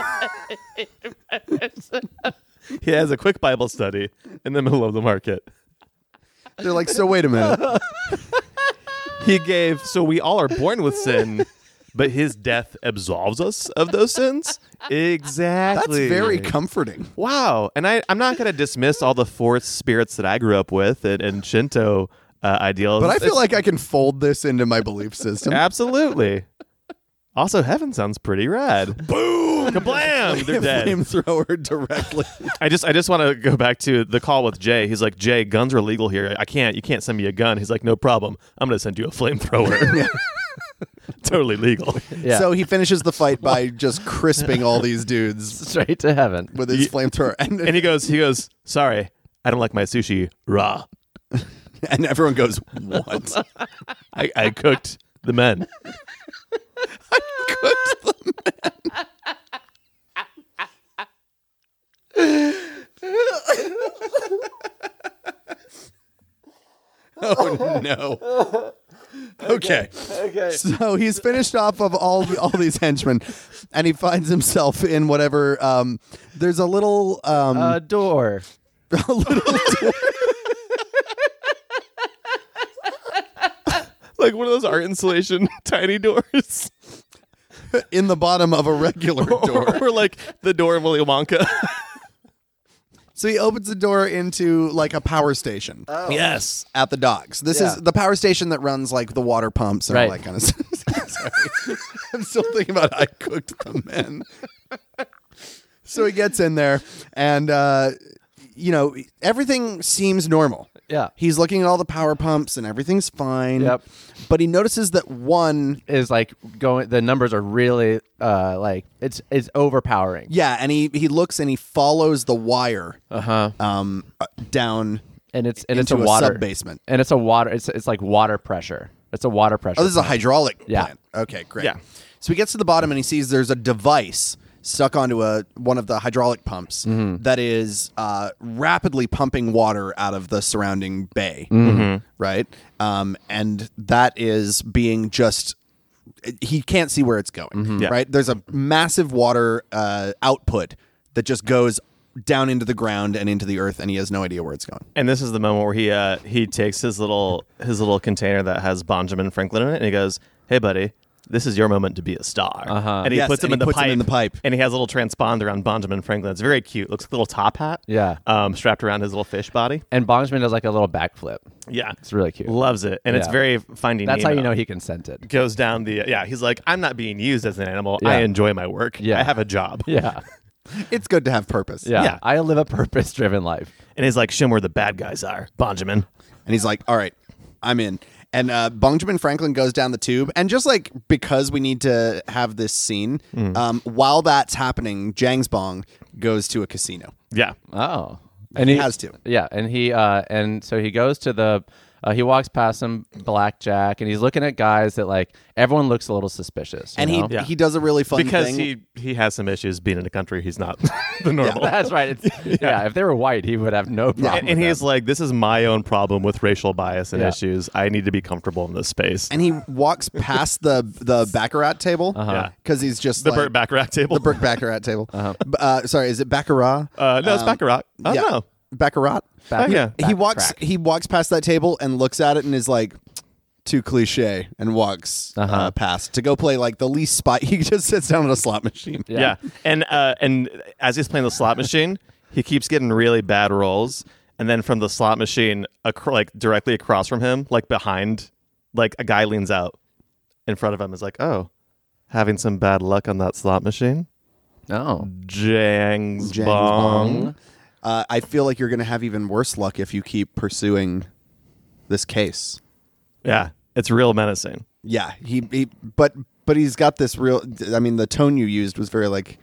C: he has a quick Bible study in the middle of the market.
D: They're like, so wait a minute.
C: He gave, so we all are born with sin, but his death absolves us of those sins?
D: That's
C: Exactly.
D: very comforting.
C: Wow. And I, I'm not going to dismiss all the fourth spirits that I grew up with and, and Shinto uh, ideals.
D: But I
C: It's-
D: feel like I can fold this into my belief system.
C: Absolutely. Also, heaven sounds pretty rad. Boom! Kablam! They're dead.
D: Flamethrower directly.
C: I just, I just want to go back to the call with Jay. He's like, Jay, guns are illegal here. I can't, you can't send me a gun. He's like, no problem. I'm gonna send you a flamethrower. totally legal.
B: Yeah.
D: So he finishes the fight by just crisping all these dudes
B: straight to heaven.
D: with his flamethrower. And,
C: And
D: and,
C: he goes, he goes, sorry, I don't like my sushi raw.
D: everyone goes, what?
C: I, I cooked the men.
D: Oh, no. Okay. Okay. So he's finished off of all all these henchmen, and he finds himself in whatever. Um, there's a little um,
B: A door.
C: Uh.
D: a little
C: Like one of those art installation tiny doors,
D: in the bottom of a regular door.
C: or, or like the door in Willy Wonka.
D: So he opens the door into like a power station
C: Uh. Oh. Yes.
D: at the docks. This is
B: Yeah.
D: the power station that runs like the water pumps and all
B: Right.
D: that kind of stuff. Sorry. I'm still thinking about I cooked the men. So he gets in there and uh you know, everything seems normal.
B: Yeah.
D: He's looking at all the power pumps and everything's fine.
B: Yep.
D: But he notices that one
B: is like going. The numbers are really uh like it's it's overpowering.
D: yeah, and he he looks and he follows the wire
B: Uh-huh.
D: um uh, down
B: And it's and it's a
D: into
B: water
D: sub-basement.
B: And it's a water. It's it's like water pressure. It's a water pressure.
D: Oh, this is a hydraulic
B: Yeah.
D: plant. Okay, great.
C: Yeah.
D: So he gets to the bottom and he sees there's a device stuck onto a one of the hydraulic pumps that is uh, rapidly pumping water out of the surrounding bay, right? Um, and that is being just he can't see where it's going,
C: Yeah.
D: right? There's a massive water uh, output that just goes down into the ground and into the earth, and he has no idea where it's going.
C: And this is the moment where he uh, he takes his little his little container that has Benjamin Franklin in it, and he goes, "Hey, buddy." This is your moment to be a star, uh-huh. and he
D: Yes,
C: puts him
D: and
C: in
D: he
C: the
D: puts him
C: pipe.
D: in the pipe.
C: and he has a little transponder on Benjamin Franklin. It's very cute. Looks like a little top hat,
B: Yeah.
C: um, strapped around his little fish body.
B: and Bongsman does like a little backflip.
C: Yeah,
B: It's really cute.
C: Loves it, and it's
B: Yeah.
C: very finding.
B: That's how you
C: Nemo.
B: know he consented.
C: goes down the yeah. He's like, I'm not being used as an animal. I
B: Yeah.
C: enjoy my work.
B: Yeah.
C: I have a job.
B: Yeah.
D: It's good to have purpose.
B: Yeah.
C: Yeah.
B: I live a purpose driven life.
C: And he's like, show 'em where the bad guys are, Benjamin.
D: And he's like, all right, I'm in. And uh, Benjamin Franklin goes down the tube. And just like because we need to have this scene,
C: Mm.
D: um, while that's happening, Jangs Bong goes to a casino.
C: Yeah,
B: Oh. And he,
D: has to.
B: Yeah, and he uh and so he goes to the uh, he walks past some blackjack and he's looking at guys that like everyone looks a little suspicious. you
D: And
B: know?
D: he
C: Yeah.
D: he does a really fun
C: because
D: thing.
C: he he has some issues being in a country he's not the normal.
B: That's right. It's, yeah. if they were white, he would have no problem.
C: and, and
B: with
C: he's like, "This is my own problem with racial bias and
B: Yeah.
C: issues. I need to be comfortable in this space."
D: and he walks past the the baccarat table
C: Yeah.
D: because he's just
C: Uh-huh. the
D: like,
C: Burt Bacharach table.
D: the Burt baccarat table. B- Uh, sorry, is it baccarat?
C: uh, no, it's
D: Um,
C: Bacharach. I
D: yeah,
C: don't know.
D: baccarat.
B: Back-
C: Oh, yeah.
D: he walks he walks past that table and looks at it and is like too cliche and walks uh
C: Uh-huh.
D: past to go play like the least spot he just sits down at a slot machine
C: Yeah. And uh, and as he's playing the slot machine, he keeps getting really bad rolls. And then from the slot machine, acro- like directly across from him, like behind, like a guy leans out in front of him. Is like, oh, having some bad luck on that slot machine.
B: no.
C: Jangs,
D: James
C: bong.
D: Bond. Uh, I feel like you're gonna have even worse luck if you keep pursuing this case
C: Yeah, it's real menacing.
D: yeah he, he but but he's got this real I mean the tone you used was very like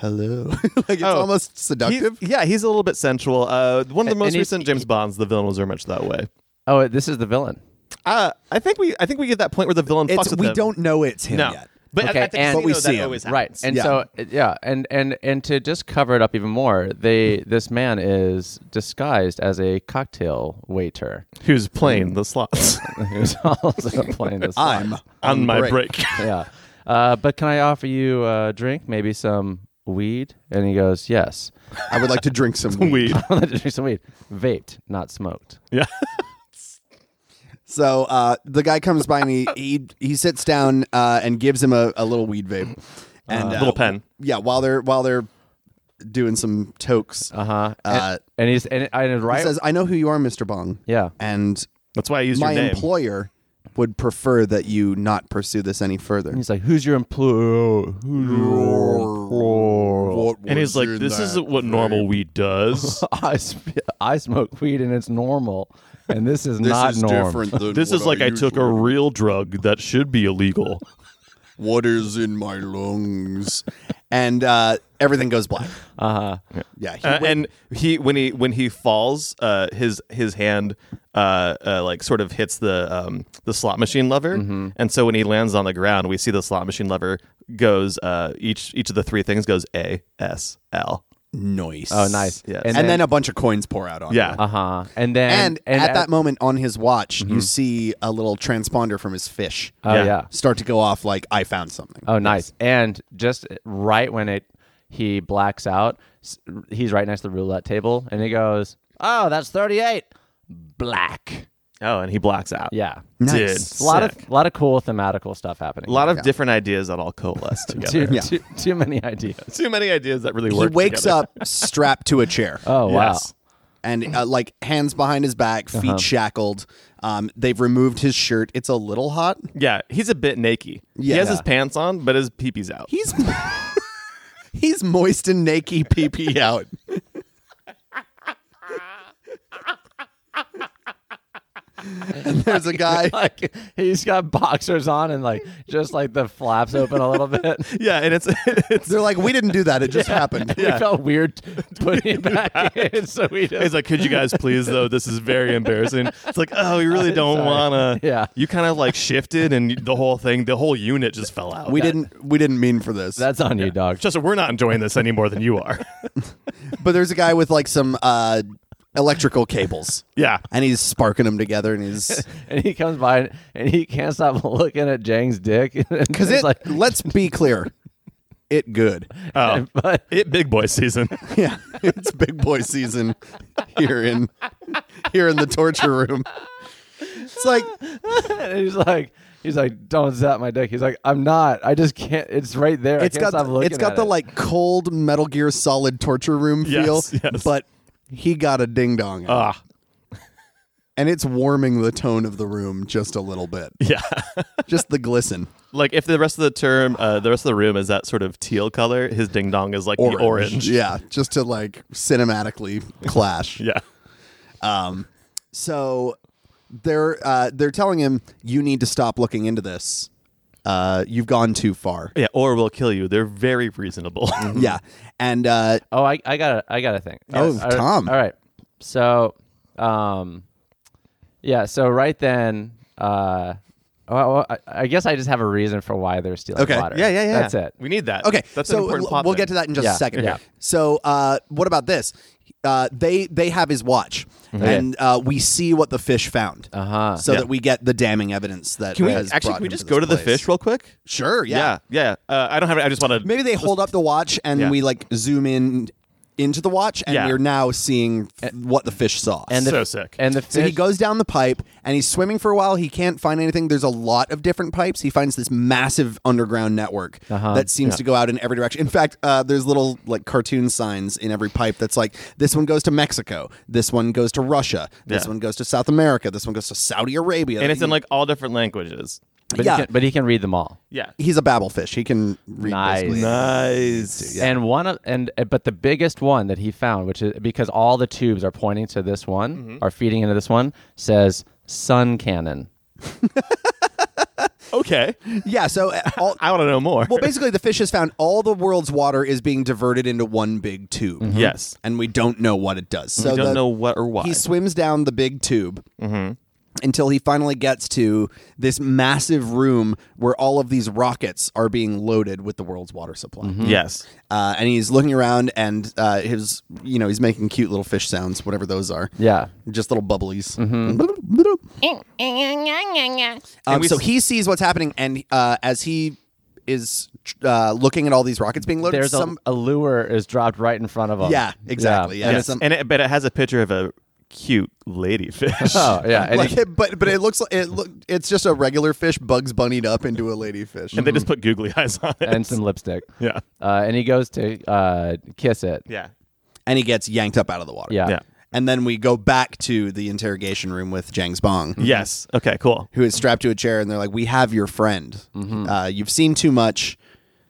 D: hello like it's
C: Oh.
D: almost
C: He-
D: seductive
C: yeah, he's a little bit sensual. Uh, one of the
B: And
C: most
B: he-
C: recent James Bonds, the villain was very much that way.
B: Oh, this is the villain.
C: Uh, I think we, I think we get that point where the villain fucks
D: it's
C: with
D: we
C: them.
D: don't know it's him
C: no,
D: yet
C: but
B: Okay,
C: at, at the
B: and-
C: casino,
B: But we
C: that
D: see him.
C: always
B: Right.
C: happens.
B: And
D: Yeah.
B: so yeah, and and and to just cover it up even more, they this man is disguised as a cocktail waiter
C: who's playing the slots
B: who's also playing this.
D: I'm
C: on my break.
B: yeah. Uh, but can I offer you a drink? Maybe some weed? And he goes, yes.
D: I would like to drink some weed.
C: Weed.
B: I'll let you drink some weed. Vaped, not smoked.
C: Yeah.
D: So uh, the guy comes by and he he, he sits down uh, and gives him a, a little weed vape and uh,
C: little pen.
D: Yeah, while they're while they're doing some tokes,
B: Uh-huh. And,
D: Uh,
B: and he's and, and
D: he
B: right.
D: says, "I know who you are, Mister Bong.
B: yeah.
D: and
C: That's why I used
D: my
C: your name.
D: employer would prefer that you not pursue this any further."
B: He's like, who's your employer? Who's your employer?
C: and he's like, this isn't what normal weed does.
B: I, sp- I smoke weed and it's normal, and this is not norm.
C: this is like I took a real drug that should be illegal.
D: what is in my lungs, and uh, everything goes black. Uh huh. Yeah, he
C: Uh,
D: went-
C: and he when he when he falls, uh, his his hand uh, uh, like sort of hits the um, the slot machine lever, and so when he lands on the ground, we see the slot machine lever goes uh, each each of the three things goes A S L.
D: nice.
B: Oh, nice.
C: Yes.
D: And, then, a bunch of coins pour out on.
C: Yeah,
B: uh huh. And then
D: And, at, that
B: moment,
D: moment on his watch, you see a little transponder from his fish
B: oh
C: Yeah.
B: yeah.
D: start to go off like I found something.
B: Oh, nice. And just right when it he blacks out, s- he's right next to the roulette table, and he goes, "Oh, that's thirty-eight, black."
C: Oh, and he blacks out.
B: Yeah,
C: Dude,
D: Nice.
B: a lot
C: sick.
B: of lot of cool thematical stuff happening.
C: a lot of different ideas that all coalesce
B: too,
C: together.
D: Yeah.
B: too, too many ideas.
C: Too many ideas that really
D: He
C: work.
D: wakes
C: together.
D: up strapped to a chair
B: Oh
C: Yes.
D: and uh, like hands behind his back, feet shackled. Um, they've removed his shirt. It's a little hot.
C: Yeah, he's a bit naked.
D: Yeah.
C: He has
D: Yeah.
C: his pants on, but his peepee's out.
D: He's he's moist and naked, pee pee out. And there's a guy.
B: like he's got boxers on and like just like the flaps open a little bit.
C: yeah, and it's it's
D: They're like, we didn't do that. It just happened.
B: We felt weird putting it back, in, so we just
C: He's like, could you guys please though? This is very embarrassing. It's like, oh, we really don't
B: Sorry.
C: wanna.
B: Yeah.
C: you kind of like shifted, and the whole thing, the whole unit just fell out.
D: We didn't. We didn't mean for this.
B: that's on you, dog.
C: Justin, we're not enjoying this any more than you are.
D: but there's a guy with like some uh, electrical cables,
C: yeah,
D: and he's sparking them together, and he's
B: and he comes by and, and he can't stop looking at Jang's dick
D: because
B: because
D: it.
B: like
D: let's be clear, it good.
C: oh,
B: but
C: it big boy season.
D: Yeah, it's big boy season here in here in the torture room. It's like
B: and he's like. He's like, don't zap my dick. He's like, I'm not. I just can't. It's right there. I
D: it's
B: can't
D: got
B: stop
D: the,
B: looking
D: it's got
B: at
D: the
B: it."
D: like cold Metal Gear Solid torture room
C: Yes,
D: feel,
C: yes.
D: but he got a ding dong,
B: Uh.
C: Ah,
D: and it's warming the tone of the room just a little bit,
C: yeah.
D: just the glisten.
C: Like if the rest of the term, uh, the rest of the room is that sort of teal color, his ding dong is like the orange.
D: Yeah, just to like cinematically clash.
C: Yeah.
D: So they're uh, they're telling him you need to stop looking into this. Uh, you've gone too far.
C: Yeah, or we'll kill you. They're very reasonable.
D: Yeah, and uh,
B: Oh, I, I got a, I got a thing.
D: Oh,
B: All right-
D: Tom.
B: All right. So, um, yeah. So right then, uh, well, well, I, I guess I just have a reason for why they're stealing
D: Okay.
B: water.
C: yeah, yeah, yeah.
B: That's it.
C: We need that.
D: okay,
C: that's
D: so
C: an important
D: l-
C: plot.
D: we'll
C: thing.
D: get to that in just
B: Yeah,
D: a second.
B: yeah.
D: So uh, what about this? Uh, they they have his watch, and uh, we see what the fish found,
B: Uh-huh.
C: Mm-hmm.
D: so
C: Yeah.
D: that we get the damning evidence that
C: Can we
D: has
C: actually?
D: brought
C: Can we
D: him
C: just
D: this
C: go to the
D: place.
C: fish real quick?
D: Sure, yeah.
C: Yeah, yeah. Uh, I don't have it. I just want to.
D: Maybe they hold up the watch and
C: Yeah.
D: we like zoom in into the watch, and
C: Yeah.
D: we're now seeing f- what the fish saw.
B: And the,
C: So sick.
B: And the fish,
D: So he goes down the pipe and he's swimming for a while. He can't find anything. There's a lot of different pipes. He finds this massive underground network
C: Uh-huh.
D: that seems to go out in every direction. In fact, uh, there's little like cartoon signs in every pipe that's like this one goes to Mexico, this one goes to Russia, this
C: Yeah.
D: one goes to South America, this one goes to Saudi Arabia.
C: and it's in
D: He-
C: like all different languages.
B: but,
D: yeah.
B: he can, but he can read them all.
C: Yeah.
D: he's a babble fish. He can read
B: Nice.
D: basically.
C: Nice.
B: And one of and uh, but the biggest one that he found, which is because all the tubes are pointing to this one,
D: Mm-hmm.
B: are feeding into this one, says sun cannon.
C: Okay.
D: Yeah. So uh, all,
C: I want to know more.
D: well, basically, the fish has found all the world's water is being diverted into one big tube.
C: yes.
D: and we don't know what it does. So
C: I don't
D: the-
C: know what or why. Mm-hmm.
D: He swims down the big tube until he finally gets to this massive room where all of these rockets are being loaded with the world's water supply.
C: yes.
D: Uh, and he's looking around, and uh, his you know he's making cute little fish sounds, whatever those are.
B: Yeah.
D: Just little bubblies.
C: Mm-hmm. And
D: Um,
C: we
D: so
C: s-
D: he sees what's happening, and uh, as he is uh, looking at all these rockets being loaded,
B: There's
D: some
B: a, a lure is dropped right in front of him.
D: yeah, exactly, yeah.
B: Yeah.
D: And
C: Yes.
D: it's some-
C: and it, but it has a picture of a cute lady fish.
B: Oh yeah. And
D: like
B: he-
D: it, but but it looks like it look it's just a regular fish Bugs Bunnied up into a ladyfish.
C: and they just put googly eyes on it.
B: and some lipstick.
C: yeah.
B: Uh, and he goes to uh, kiss it.
C: Yeah.
D: and he gets yanked up out of the water.
B: Yeah.
C: Yeah.
D: And then we go back to the interrogation room with Jang's Bong,
C: Yes. Okay. Cool.
D: who is strapped to a chair, and they're like, "We have your friend. Uh, you've seen too much,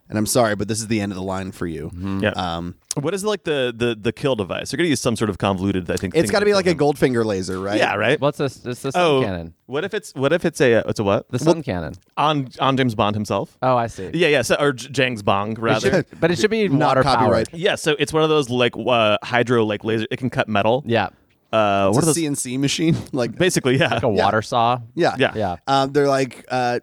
D: and I'm sorry, but this is the end of the line for you."
C: Yeah.
D: Um,
C: what is like the the the kill device? They're gonna use some sort of convoluted. I think
D: it's
C: thing
D: got to be like a
C: kill
D: Goldfinger laser, right?
C: him. Yeah. Right.
B: What's this? This the sun
C: oh.
B: cannon.
C: What if it's what if it's a uh, it's a what
B: The sun cannon.
C: on on James Bond himself?
B: Oh, I see.
C: yeah. Yeah. So, or J- Jang's bong rather.
B: But it should be
D: Not
B: water
D: copyright.
B: powered.
C: Yeah, so it's one of those like uh, hydro like laser. It can cut metal.
B: Yeah.
C: Uh, what are
D: It's a
C: those?
D: CNC machine, like
C: Basically, yeah.
B: Like a water saw.
D: yeah,
C: Yeah.
B: Yeah.
D: Um, they're like, uh,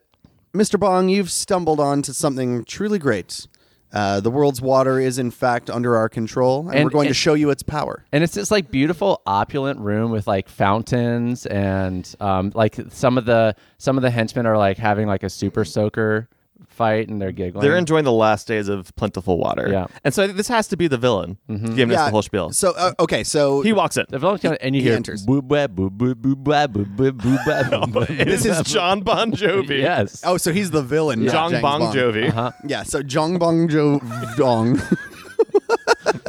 D: Mr. Bong, you've stumbled onto something truly great. Uh, the world's water is, in fact, under our control, and,
B: And-
D: we're going to
B: and-
D: show you its power.
B: And it's this like beautiful opulent room with like fountains and um, like some of the some of the henchmen are like having like a super soaker fight and they're giggling.
C: They're enjoying the last days of plentiful water.
B: Yeah. Mm-hmm.
C: and so I think this has to be the villain giving us the whole spiel.
D: So, uh, okay, so
C: he walks in.
B: the villain comes and you hear
D: enters.
B: boo blah, boo boo boo blah, boo boo boo blah, boo blah, boo
C: This
B: blah,
C: is
B: boo-
C: John Bon Jovi.
B: Yes.
D: oh, so he's the villain, not
C: John
D: James
C: Bon
D: Bond.
C: Jovi.
B: Uh-huh.
D: Yeah, so Jong Bong Jo Dong,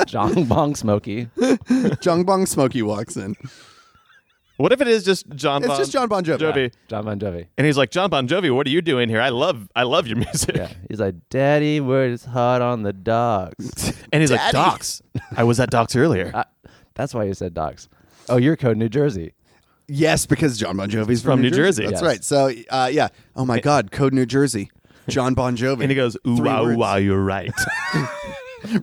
B: John Bong Smokey.
D: Jong Bong Smokey walks in.
C: What if it is just John?
D: It's
C: bon
D: just John Bon Jovi.
B: John Bon Jovi.
C: and he's like John Bon Jovi. What are you doing here? I love, I love your music.
B: Yeah. He's like, Daddy, where is hot on the dogs?
C: And he's like,
D: Daddy. Ah,
B: Uh,
C: Docs. I was at Docs earlier.
B: That's why you said dogs. Oh, you're code New Jersey.
D: Yes, because John Bon Jovi's from,
C: From New Jersey.
B: Yes.
D: That's right. So, uh, yeah. Oh my God, Code New Jersey, John Bon Jovi,
C: And he goes, ooh,
D: Three
C: wow,
D: words.
C: wow, you're right.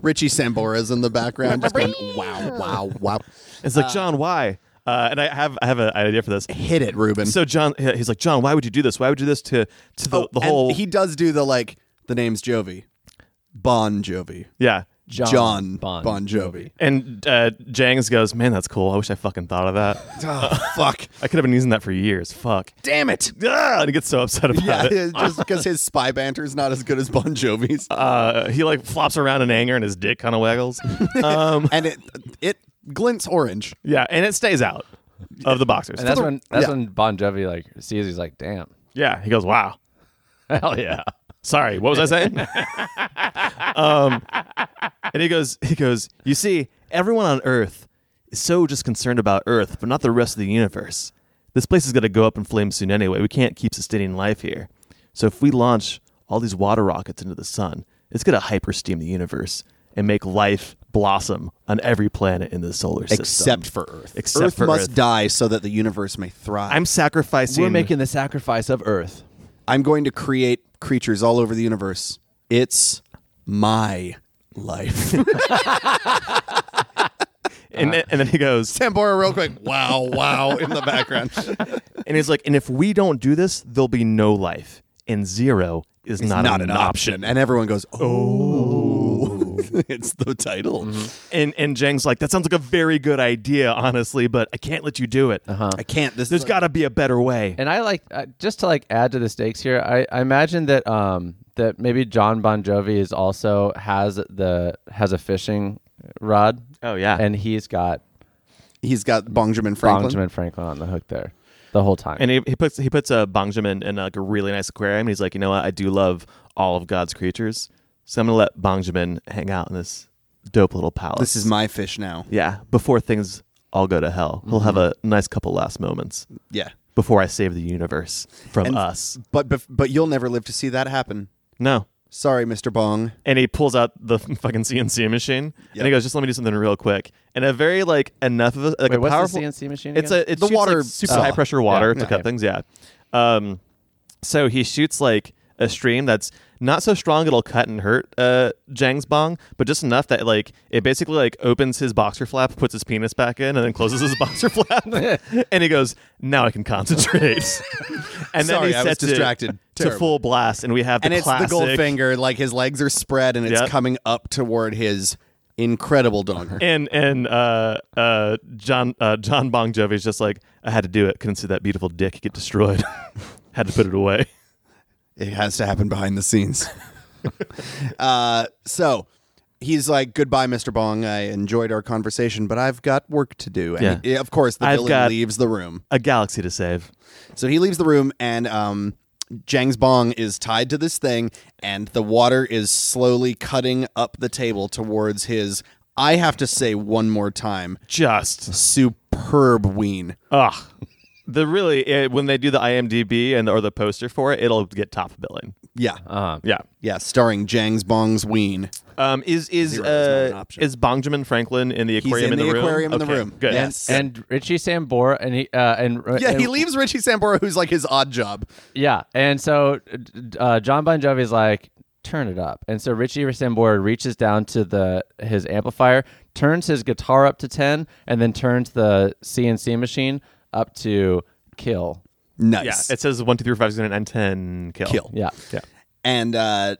D: Richie Sambora's in the background, just going, wow, wow, wow.
C: it's
D: Ah.
C: like, John, why? Uh, and I have I have a- an idea for this.
D: Hit it, Ruben.
C: So John, he's like, John, why would you do this? Why would you do this to to the,
D: Oh,
C: the
D: and
C: whole?
D: he does do the like the name's Jovi, Bon Jovi,
C: yeah.
B: John,
D: John
B: Bon
D: Bon, Jovi.
C: And uh, Jangs goes, man, that's cool. I wish I fucking thought of that.
D: Oh, fuck,
C: I could have been using that for years. Fuck.
D: damn it!
C: Ah, and he gets so upset about
D: Yeah,
C: it.
D: just because his spy banter's not as good as Bon Jovi's,
C: Uh, he like flops around in anger, and his dick kind of waggles. um,
D: and it it glints orange.
C: yeah, and it stays out of the boxers.
B: And that's
D: the-
B: when that's
D: yeah.
B: when Bon Jovi like sees he's like, damn,
C: yeah, he goes, wow.
B: hell yeah.
C: Sorry, what was I saying? um, and he goes, he goes. You see, everyone on Earth is so just concerned about Earth, but not the rest of the universe. This place is going to go up in flames soon anyway. We can't keep sustaining life here. So if we launch all these water rockets into the sun, it's going to hypersteam the universe and make life blossom on every planet in the solar system,
D: Except for Earth.
C: Except
D: Earth
C: for
D: must
C: Earth.
D: die so that the universe may thrive.
C: I'm sacrificing.
B: We're making the sacrifice of Earth.
D: I'm going to create creatures all over the universe. It's my life.
C: and,
B: Uh,
C: then- and then he goes,
D: Tambora, real quick. Wow, wow, in the background.
C: and he's like, and if we don't do this, there'll be no life, and zero is not,
D: Not
C: an,
D: an
C: option.
D: option. And everyone goes, oh. it's the title.
C: And and Jang's like, that sounds like a very good idea, honestly, but I can't let you do it. Uh-huh.
D: I can't. This
C: There's
D: is
C: got to be a better way.
B: And I like uh, just to like add to the stakes here. I, I imagine that um that maybe John Bon Jovi is also has the has a fishing rod.
C: Oh, yeah.
B: and he's got
D: he's got Benjamin Franklin.
B: Benjamin Franklin on the hook there the whole time.
C: And he, he puts he puts a Bongjamin in like a really nice aquarium. And he's like, you know what? I do love all of God's creatures, so I'm gonna let Bongjamin hang out in this dope little palace.
D: This is my fish now.
C: yeah. Before things all go to hell, he'll have a nice couple last moments
D: Yeah.
C: before I save the universe from
D: And-
C: us.
D: But bef- but you'll never live to see that happen.
C: No.
D: Sorry, Mr. Bong.
C: and he pulls out the fucking CNC machine,
D: Yep.
C: and he goes, "Just let me do something real quick." And a very like enough of a, like
B: Wait,
C: a
B: what's the
C: powerful
B: CNC machine
C: It's
B: again?
C: a it's
D: The water
C: like, super
D: saw.
C: uh, high pressure water
B: Yeah.
C: to cut things. Yeah. Um, so he shoots like a stream that's not so strong it'll cut and hurt uh Jang's bong, but just enough that like it basically like opens his boxer flap, puts his penis back in, and then closes his boxer flap. and he goes, "Now I can concentrate." and then
D: Sorry,
C: he
D: I was
C: sets it
D: distracted.
C: to
D: Terrible.
C: full blast, and we have the
D: and it's
C: classic
D: the gold finger. Like his legs are spread and it's
C: Yep.
D: coming up toward his incredible donger.
C: and and uh uh John uh John Bon Jovi's just like I had to do it. Couldn't see that beautiful dick get destroyed. had to put it away.
D: It has to happen behind the scenes. uh, so he's like, "Goodbye, Mr. Bong. I enjoyed our conversation, but I've got work to do." And
C: Yeah.
D: he- of course, the
C: I've
D: villain
C: got-
D: leaves the room.
C: A galaxy to save.
D: So he leaves the room, and um, Jang's Bong is tied to this thing, and the water is slowly cutting up the table towards his. I have to say one more time,
C: Just
D: superb ween.
C: ugh. The really eh, when they do the IMDb and or the poster for it, it'll get top billing.
D: Yeah,
B: uh,
C: Yeah.
D: yeah, starring Jang's Bong's ween.
C: Um. Is is
D: Zero is not an
C: uh
D: option.
C: is Benjamin Franklin in the
D: He's
C: aquarium
D: in the,
C: room?
D: aquarium in the
C: Okay,
D: room.
C: Good.
D: Yes.
B: and Richie Sambora and he uh, and
D: Yeah,
B: and-
D: he leaves Richie Sambora, who's like his odd job.
B: Yeah, and so uh, John Bon Jovi's like, "Turn it up," and so Richie Sambora reaches down to the his amplifier, turns his guitar up to ten, and then turns the CNC machine up to kill.
C: Yeah.
D: Nice.
C: It says one, two, three, four, five, six, seven, eight, nine, ten. Kill.
D: Kill.
B: Yeah, yeah.
D: and uh,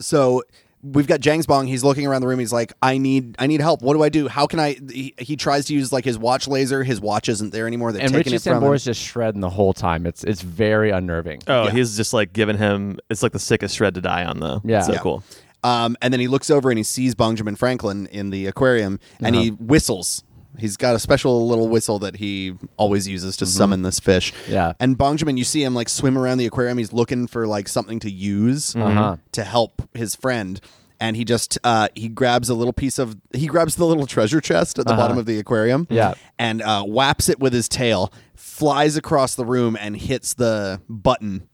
D: so we've got Jang's Bong. He's looking around the room. He's like, "I need, I need help. What do I do? How can I?" He, he tries to use like his watch laser. His watch isn't there anymore. They've
B: And
D: taken
B: Richie
D: it from him.
B: Sambora's just shredding the whole time. It's it's very unnerving.
D: Uh,
C: Oh, he's just like giving him. It's like the sickest shred to die on though.
B: Yeah.
C: So
B: Yeah.
C: cool.
D: Um, and then he looks over and he sees Benjamin Franklin in the aquarium, and
B: Uh-huh.
D: he whistles. He's got a special little whistle that he always uses to summon this fish.
B: Mm-hmm. Yeah.
D: And Benjamin, you see him like swim around the aquarium. He's looking for like something to use
B: Uh-huh.
D: to help his friend. And he just uh, he grabs a little piece of he grabs the little treasure chest at the bottom of the aquarium.
B: Uh-huh. Yeah.
D: And uh, whaps it with his tail, flies across the room and hits the button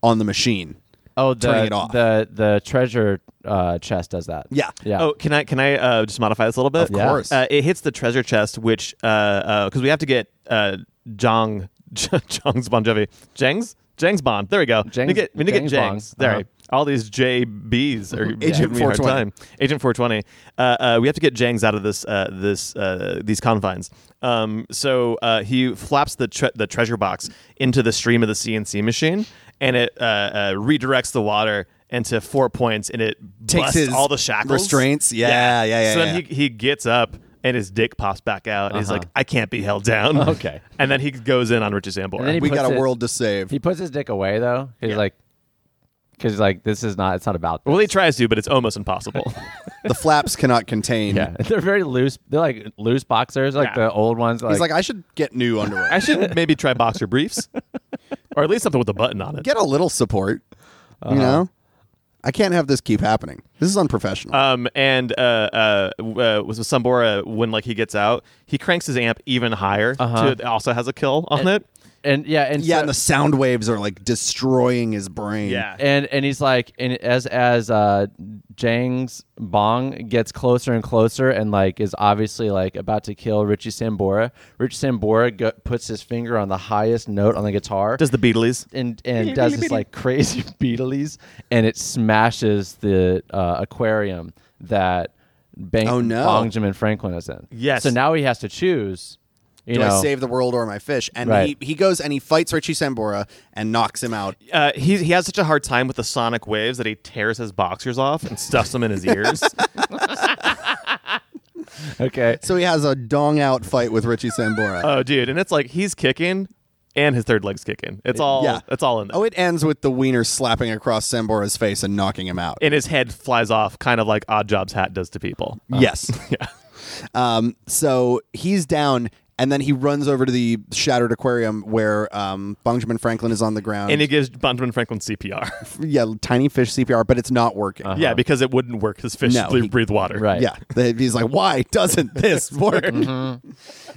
D: on the machine.
B: Oh, the
D: turning it off.
B: the the treasure uh, chest does that.
D: Yeah.
B: yeah.
C: Oh, can I can I uh, just modify this a little bit? Of
B: Yeah.
D: course.
C: Uh, it hits the treasure chest, which uh uh, because we have to get uh, Jong Jong's Bon Jovi, Jang's Jang's Bond. There we go. we
B: Jang's-
C: need to get, we need to get
B: Jang's
C: Jang's.
B: Bond.
C: There.
B: Uh-huh.
C: All these JBs are
D: Agent
C: giving me a hard
D: 420.
C: time. Agent 420. Uh, uh, we have to get Jang's out of this uh, this uh, these confines. Um, so uh, he flaps the tre- the treasure box into the stream of the CNC machine, and it uh, uh, redirects the water into four points, and it
D: Takes
C: busts
D: his
C: all the shackles
D: restraints. Yeah, yeah, yeah,
C: So
D: yeah. Uh-huh.
C: then he he gets up. And his dick pops back out, and he's like, "I can't be held down."
B: Okay.
C: and then he goes in on Richie Sambora.
B: And then he
D: we got
B: puts
D: a
B: it-
D: world to save.
B: He puts his dick away though. He's like, because like this is not. It's not about. This.
C: well, he tries to, but it's almost impossible.
D: the flaps cannot contain.
B: yeah, they're very loose. They're like loose boxers, like
C: Yeah.
B: the old ones. Like,
D: He's like, I should get new underwear.
C: I should maybe try boxer briefs, or at least something with a button on it.
D: get a little support.
B: Uh-huh.
D: You know, I can't have this keep happening. This is unprofessional.
C: Um, and uh, uh, w- uh, was with Sambora when like he gets out, he cranks his amp even higher. To,
D: Uh-huh.
C: it also has a kill on it.
B: and yeah, and
D: yeah,
B: so-
D: and the sound waves are like destroying his brain.
B: and and he's like and as as uh Jang's bong gets closer and closer and like is obviously like about to kill Richie Sambora. Richie Sambora go- puts his finger on the highest note on the guitar
C: does the Beatles?
B: and and does this like crazy Beatles and it smashes the uh, aquarium that Bang-
D: Oh, no.
B: Benjamin Franklin is in.
C: Yes.
B: So now he has to choose. You
D: Do
B: know,
D: I save the world or my fish? And
B: Right.
D: he, he goes and he fights Richie Sambora and knocks him out.
C: Uh, he he has such a hard time with the sonic waves that he tears his boxers off and stuffs them in his ears.
B: okay.
D: So he has a dong out fight with Richie
B: Uh,
D: Sambora.
C: oh, dude! And it's like he's kicking, and his third leg's kicking. It's all
D: yeah.
C: it's all in there.
D: oh, it ends with the wiener slapping across Sambora's face and knocking him out.
C: and his head flies off, kind of like Odd Jobs' hat does to people.
B: Uh,
D: yes.
C: Yeah.
D: Um, so he's down, and then he runs over to the shattered aquarium where um, Benjamin Franklin is on the ground.
C: And he gives Benjamin Franklin CPR.
D: yeah, tiny fish CPR, but it's not working.
B: Uh,
C: Yeah, because it wouldn't work. His fish
D: Uh-huh. No,
C: ble-
D: he-
C: breathe water.
B: Right.
D: Yeah, They- he's like, why doesn't this work?
B: Mm-hmm.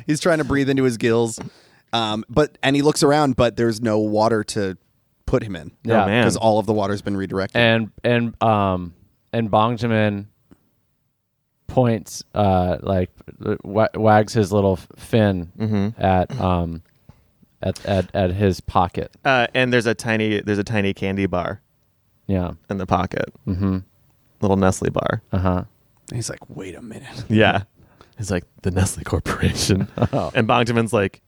D: He's trying to breathe into his gills, um, but and he looks around, but there's no water to put him in.
C: Oh,
B: Yeah. man.
D: because all of the water's been redirected.
B: and and um and Benjamin points uh like w- wags his little f- fin
C: Mm-hmm.
B: at um at, at at his pocket.
C: Uh, and there's a tiny there's a tiny candy bar
B: Yeah.
C: in the pocket. Mm-hmm. Little Nestle bar.
B: Uh huh.
D: And he's like, wait a minute.
C: Yeah. It's like the Nestle Corporation.
D: Oh.
C: And Bogdaman's like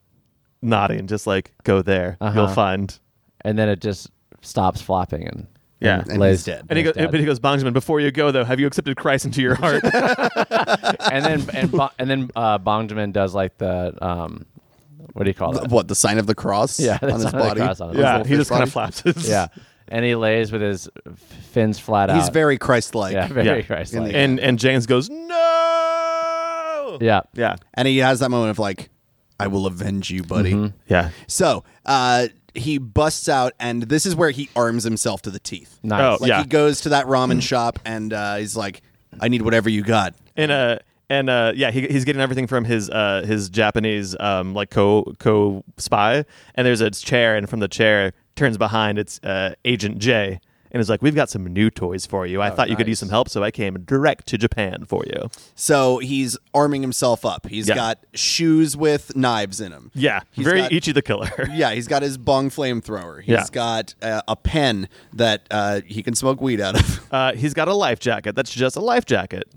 C: nodding, just like, go there.
D: Uh-huh.
C: You'll find.
B: And then it just stops flopping and
C: Yeah.
D: And
B: lays-
D: he's dead.
C: And he
B: lays
C: goes, but he goes, Bogdaman, before you go though, have you accepted Christ into your heart?
B: and then and Bo- and then uh, Benjamin does like the um what do you call it?
D: What the sign of the cross?
B: Yeah,
D: on
B: the
D: his
B: sign of the
D: body.
B: cross on his
D: His
C: yeah.
D: little
C: He
D: fish
C: just kind
D: body.
C: of flaps his
B: Yeah. And he lays with his f- fins flat out.
D: He's very Christ-like.
B: yeah, very
C: Yeah.
B: Christ-like.
C: And and James goes, No
B: yeah.
C: Yeah.
D: and he has that moment of like, I will avenge you, buddy.
C: Yeah.
D: So uh, he busts out, and this is where he arms himself to the teeth.
B: Nice.
C: Oh,
D: Like
C: yeah.
D: he goes to that ramen shop, and uh, he's like, I need whatever you got.
C: and uh and uh yeah he, he's getting everything from his uh his japanese um like co co spy and there's a chair and from the chair turns behind it's uh agent j and is like we've got some new toys for you i
D: Oh,
C: thought you could use some help so i came direct to japan for you
D: So he's arming himself up. He's
C: Yeah.
D: got shoes with knives in them.
C: yeah
D: He's
C: very
D: got-
C: ichi the killer
D: Yeah, he's got his bong flamethrower. He's
C: Yeah.
D: got uh, a pen that uh, he can smoke weed out of.
C: uh he's got a life jacket that's just a life jacket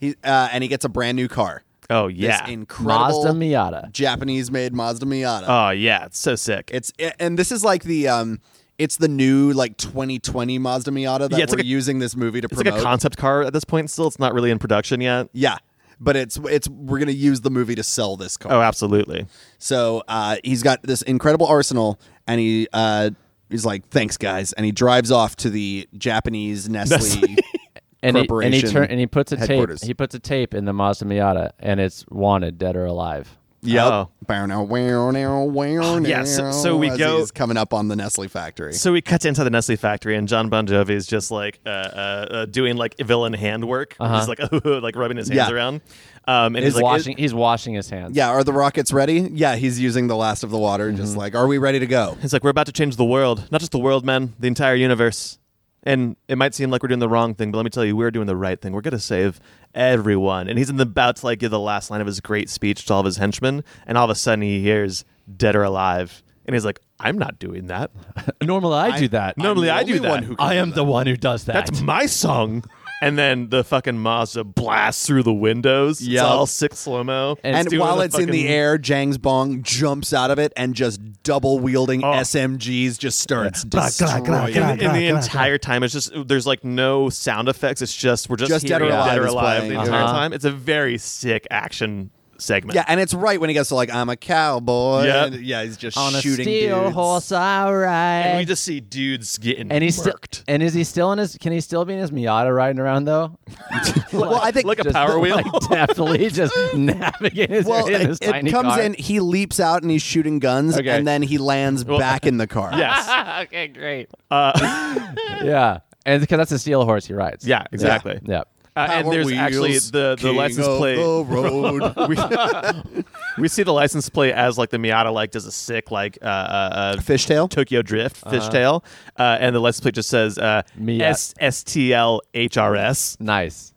D: he, uh, and he gets a brand new car.
C: oh yeah
D: This incredible
B: Mazda Miata.
D: Japanese made Mazda Miata.
C: oh yeah it's so sick
D: It's and this is like the um it's the new like 2020 Mazda Miata that
C: Yeah, it's
D: we're
C: like a-
D: using this movie to
C: it's
D: promote.
C: like a concept car at this point still it's not really in production yet
D: yeah. But it's it's we're going to use the movie to sell this car.
C: oh absolutely
D: So uh, he's got this incredible arsenal and he uh, he's like thanks guys and he drives off to the Japanese Nestle.
B: and he, and he
D: corporation
B: turn, and he puts a tape
D: headquarters.
B: he puts a tape in the Mazda Miata and it's wanted dead or alive.
C: Oh.
D: Yeah,
C: yeah, so- so we go-
D: he's coming up on the Nestle factory.
C: So we cut into the Nestle factory, and John Bon Jovi is just like uh, uh, uh, doing like villain hand work. He's like like rubbing his hands
D: Yeah.
C: around, um, and he's
B: He's
C: like,
B: washing he's washing his hands.
D: yeah, are the rockets ready? Yeah, he's using the last of the
C: Mm-hmm.
D: water just like are we ready to go?
C: he's like, we're about to change the world, not just the world, man, the entire universe. And it might seem like we're doing the wrong thing, but let me tell you, we're doing the right thing. We're going to save everyone. And he's in the, about to like give the last line of his great speech to all of his henchmen, and all of a sudden he hears "dead or alive," and he's like, "I'm not doing that.
B: Normally I, do that.
C: Normally
D: the
C: I do
D: only
C: that.
D: one who can
B: I am the one who does that.
C: That's my song." And then the fucking Mazda blasts through the windows.
D: Yep.
C: It's all six slow mo.
B: And
D: And
C: doing
D: while it's in the
C: fucking-
D: air, Jang's bong jumps out of it and just double wielding
C: Oh.
D: SMGs just starts destroying.
C: in, in the entire time it's just there's like no sound effects it's just we're just,
D: Just Dead or
C: hearing
D: Alive
C: Dead or
D: is
C: Alive
D: playing.
C: the entire
B: Uh-huh.
C: time it's a very sick action segment
D: Yeah, and it's right when he gets to like I'm a cowboy.
C: Yep.
D: and- yeah, he's just shooting dudes.
B: I ride.
C: and we just see dudes getting
B: and he's still,
C: worked.
B: and is he still in his? Can he still be in his Miata riding around though?
D: Well, I think
C: like a power wheel
B: like, definitely just navigating his
D: well,
B: way in
D: it,
B: his
D: it
B: tiny
D: comes
B: car.
D: in. He leaps out and he's shooting guns,
B: Okay.
D: and then he lands back in the car.
C: yes
A: okay, great.
B: yeah, and because that's a steel horse he rides.
C: yeah exactly
B: yeah.
C: Uh, and
D: Power
C: there's actually
D: wheels,
C: the the
D: king
C: license
D: of
C: plate
D: the road.
C: we, we see the license plate as like the Miata like does a sick like uh, uh, uh
D: Fishtail.
C: Tokyo Drift fishtail uh, and the license plate just says uh
B: Miata.
C: S S T L H R S
B: Nice.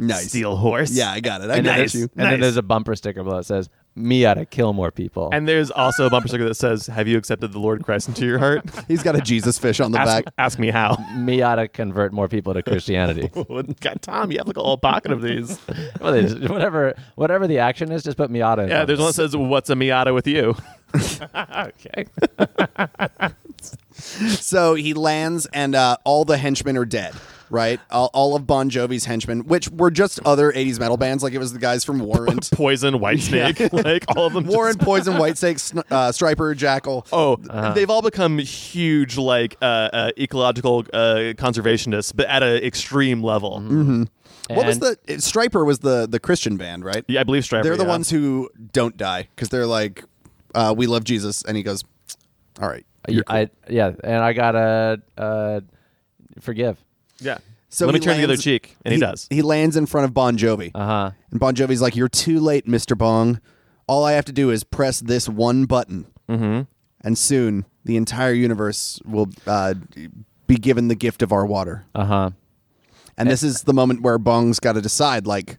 D: Nice.
C: steel horse
D: Yeah, I got it. I
B: And,
D: got
B: then,
C: Nice.
B: there's,
D: you.
B: and then
C: Nice.
B: there's a bumper sticker below that says Miata kill more people.
C: And there's also a bumper sticker that says, "Have you accepted the Lord Christ into your heart?"
D: He's got a Jesus fish on the
C: ask,
D: back.
C: ask me how.
B: Miata convert more people to Christianity.
C: God, Tom, you have like a whole pocket of these.
B: Well, they just- whatever, whatever the action is, just put Miata. In
C: Yeah,
B: front
C: there's
B: of
C: one
B: it.
C: that says, "What's a Miata with you?" okay.
D: So he lands, and uh, all the henchmen are dead. Right, all, all of Bon Jovi's henchmen, which were just other '80s metal bands, like it was the guys from Warren,
C: Poison, White Snake, like all of them. just-
D: Warren, Poison, White Snake, Sn- uh, Striper, Jackal.
C: Oh, they've all become huge, like uh, uh, ecological uh, conservationists, but at an extreme level.
D: what was
B: And-
D: the Striper? Was the the Christian band, right?
C: Yeah, I believe Striper.
D: They're the
C: yeah.
D: ones who don't die because they're like, uh, we love Jesus, and he goes, all right.
B: Yeah, I, yeah, and I gotta uh, forgive.
C: Yeah.
D: So
C: let me
D: he
C: turn the other
D: lands-
C: cheek, and he, does.
D: He lands in front of Bon Jovi,
B: Uh huh.
D: and Bon Jovi's like, "You're too late, Mister Bong. All I have to do is press this one button, mm-hmm. and soon the entire universe will uh, be given the gift of our water."
B: Uh huh.
D: And this is the moment where Bong's got to decide, like,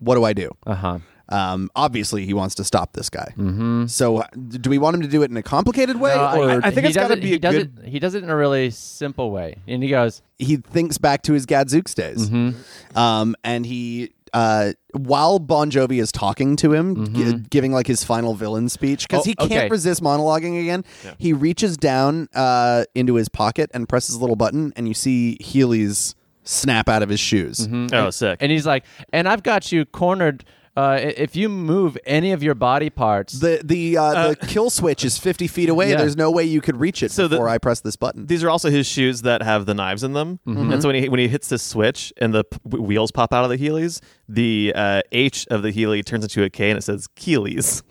D: what do I do?
B: Uh huh.
D: Um, obviously, he wants to stop this guy. Mm-hmm. So, uh, do we want him to do it in a complicated way, or
B: I, think
C: he
B: it's gotta
C: does it-
B: be
C: he
B: a
C: does
B: good. he does it in a really simple way, and he goes,
D: he thinks back to his Gadzooks days.
B: Mm-hmm.
D: Um, and he, uh, while Bon Jovi is talking to him, gi- giving like his final villain speech, because
B: Mm-hmm. Oh,
D: he can't
B: okay.
D: resist monologuing again, he reaches down uh, into his pocket and presses a little button, and you see Healy's snap out of his shoes.
B: Mm-hmm.
C: Oh, sick.
B: and he's like, and I've got you cornered. Uh, i- if you move any of your body parts,
D: The the uh, the kill switch is fifty feet away.
B: Yeah.
D: There's no way you could reach it
C: So the-
D: before I press this button.
C: these are also his shoes that have the knives in them. And so when he when he hits this switch and the p- w- wheels pop out of the Heelys, the uh, H of the Heely turns into a K and it says Keelys,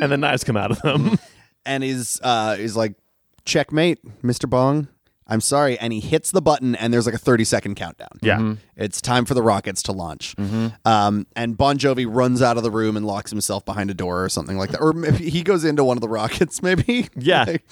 C: and the knives come out of them.
D: and is uh is like checkmate mr bong i'm sorry and he hits the button and there's like a 30 second countdown
C: Yeah.
B: Mm-hmm.
C: Mm-hmm. Mhm.
D: it's time for the rockets to launch um, and bon jovi runs out of the room and locks himself behind a door or something like that or maybe he goes into one of the rockets maybe
C: Yeah.
D: Like,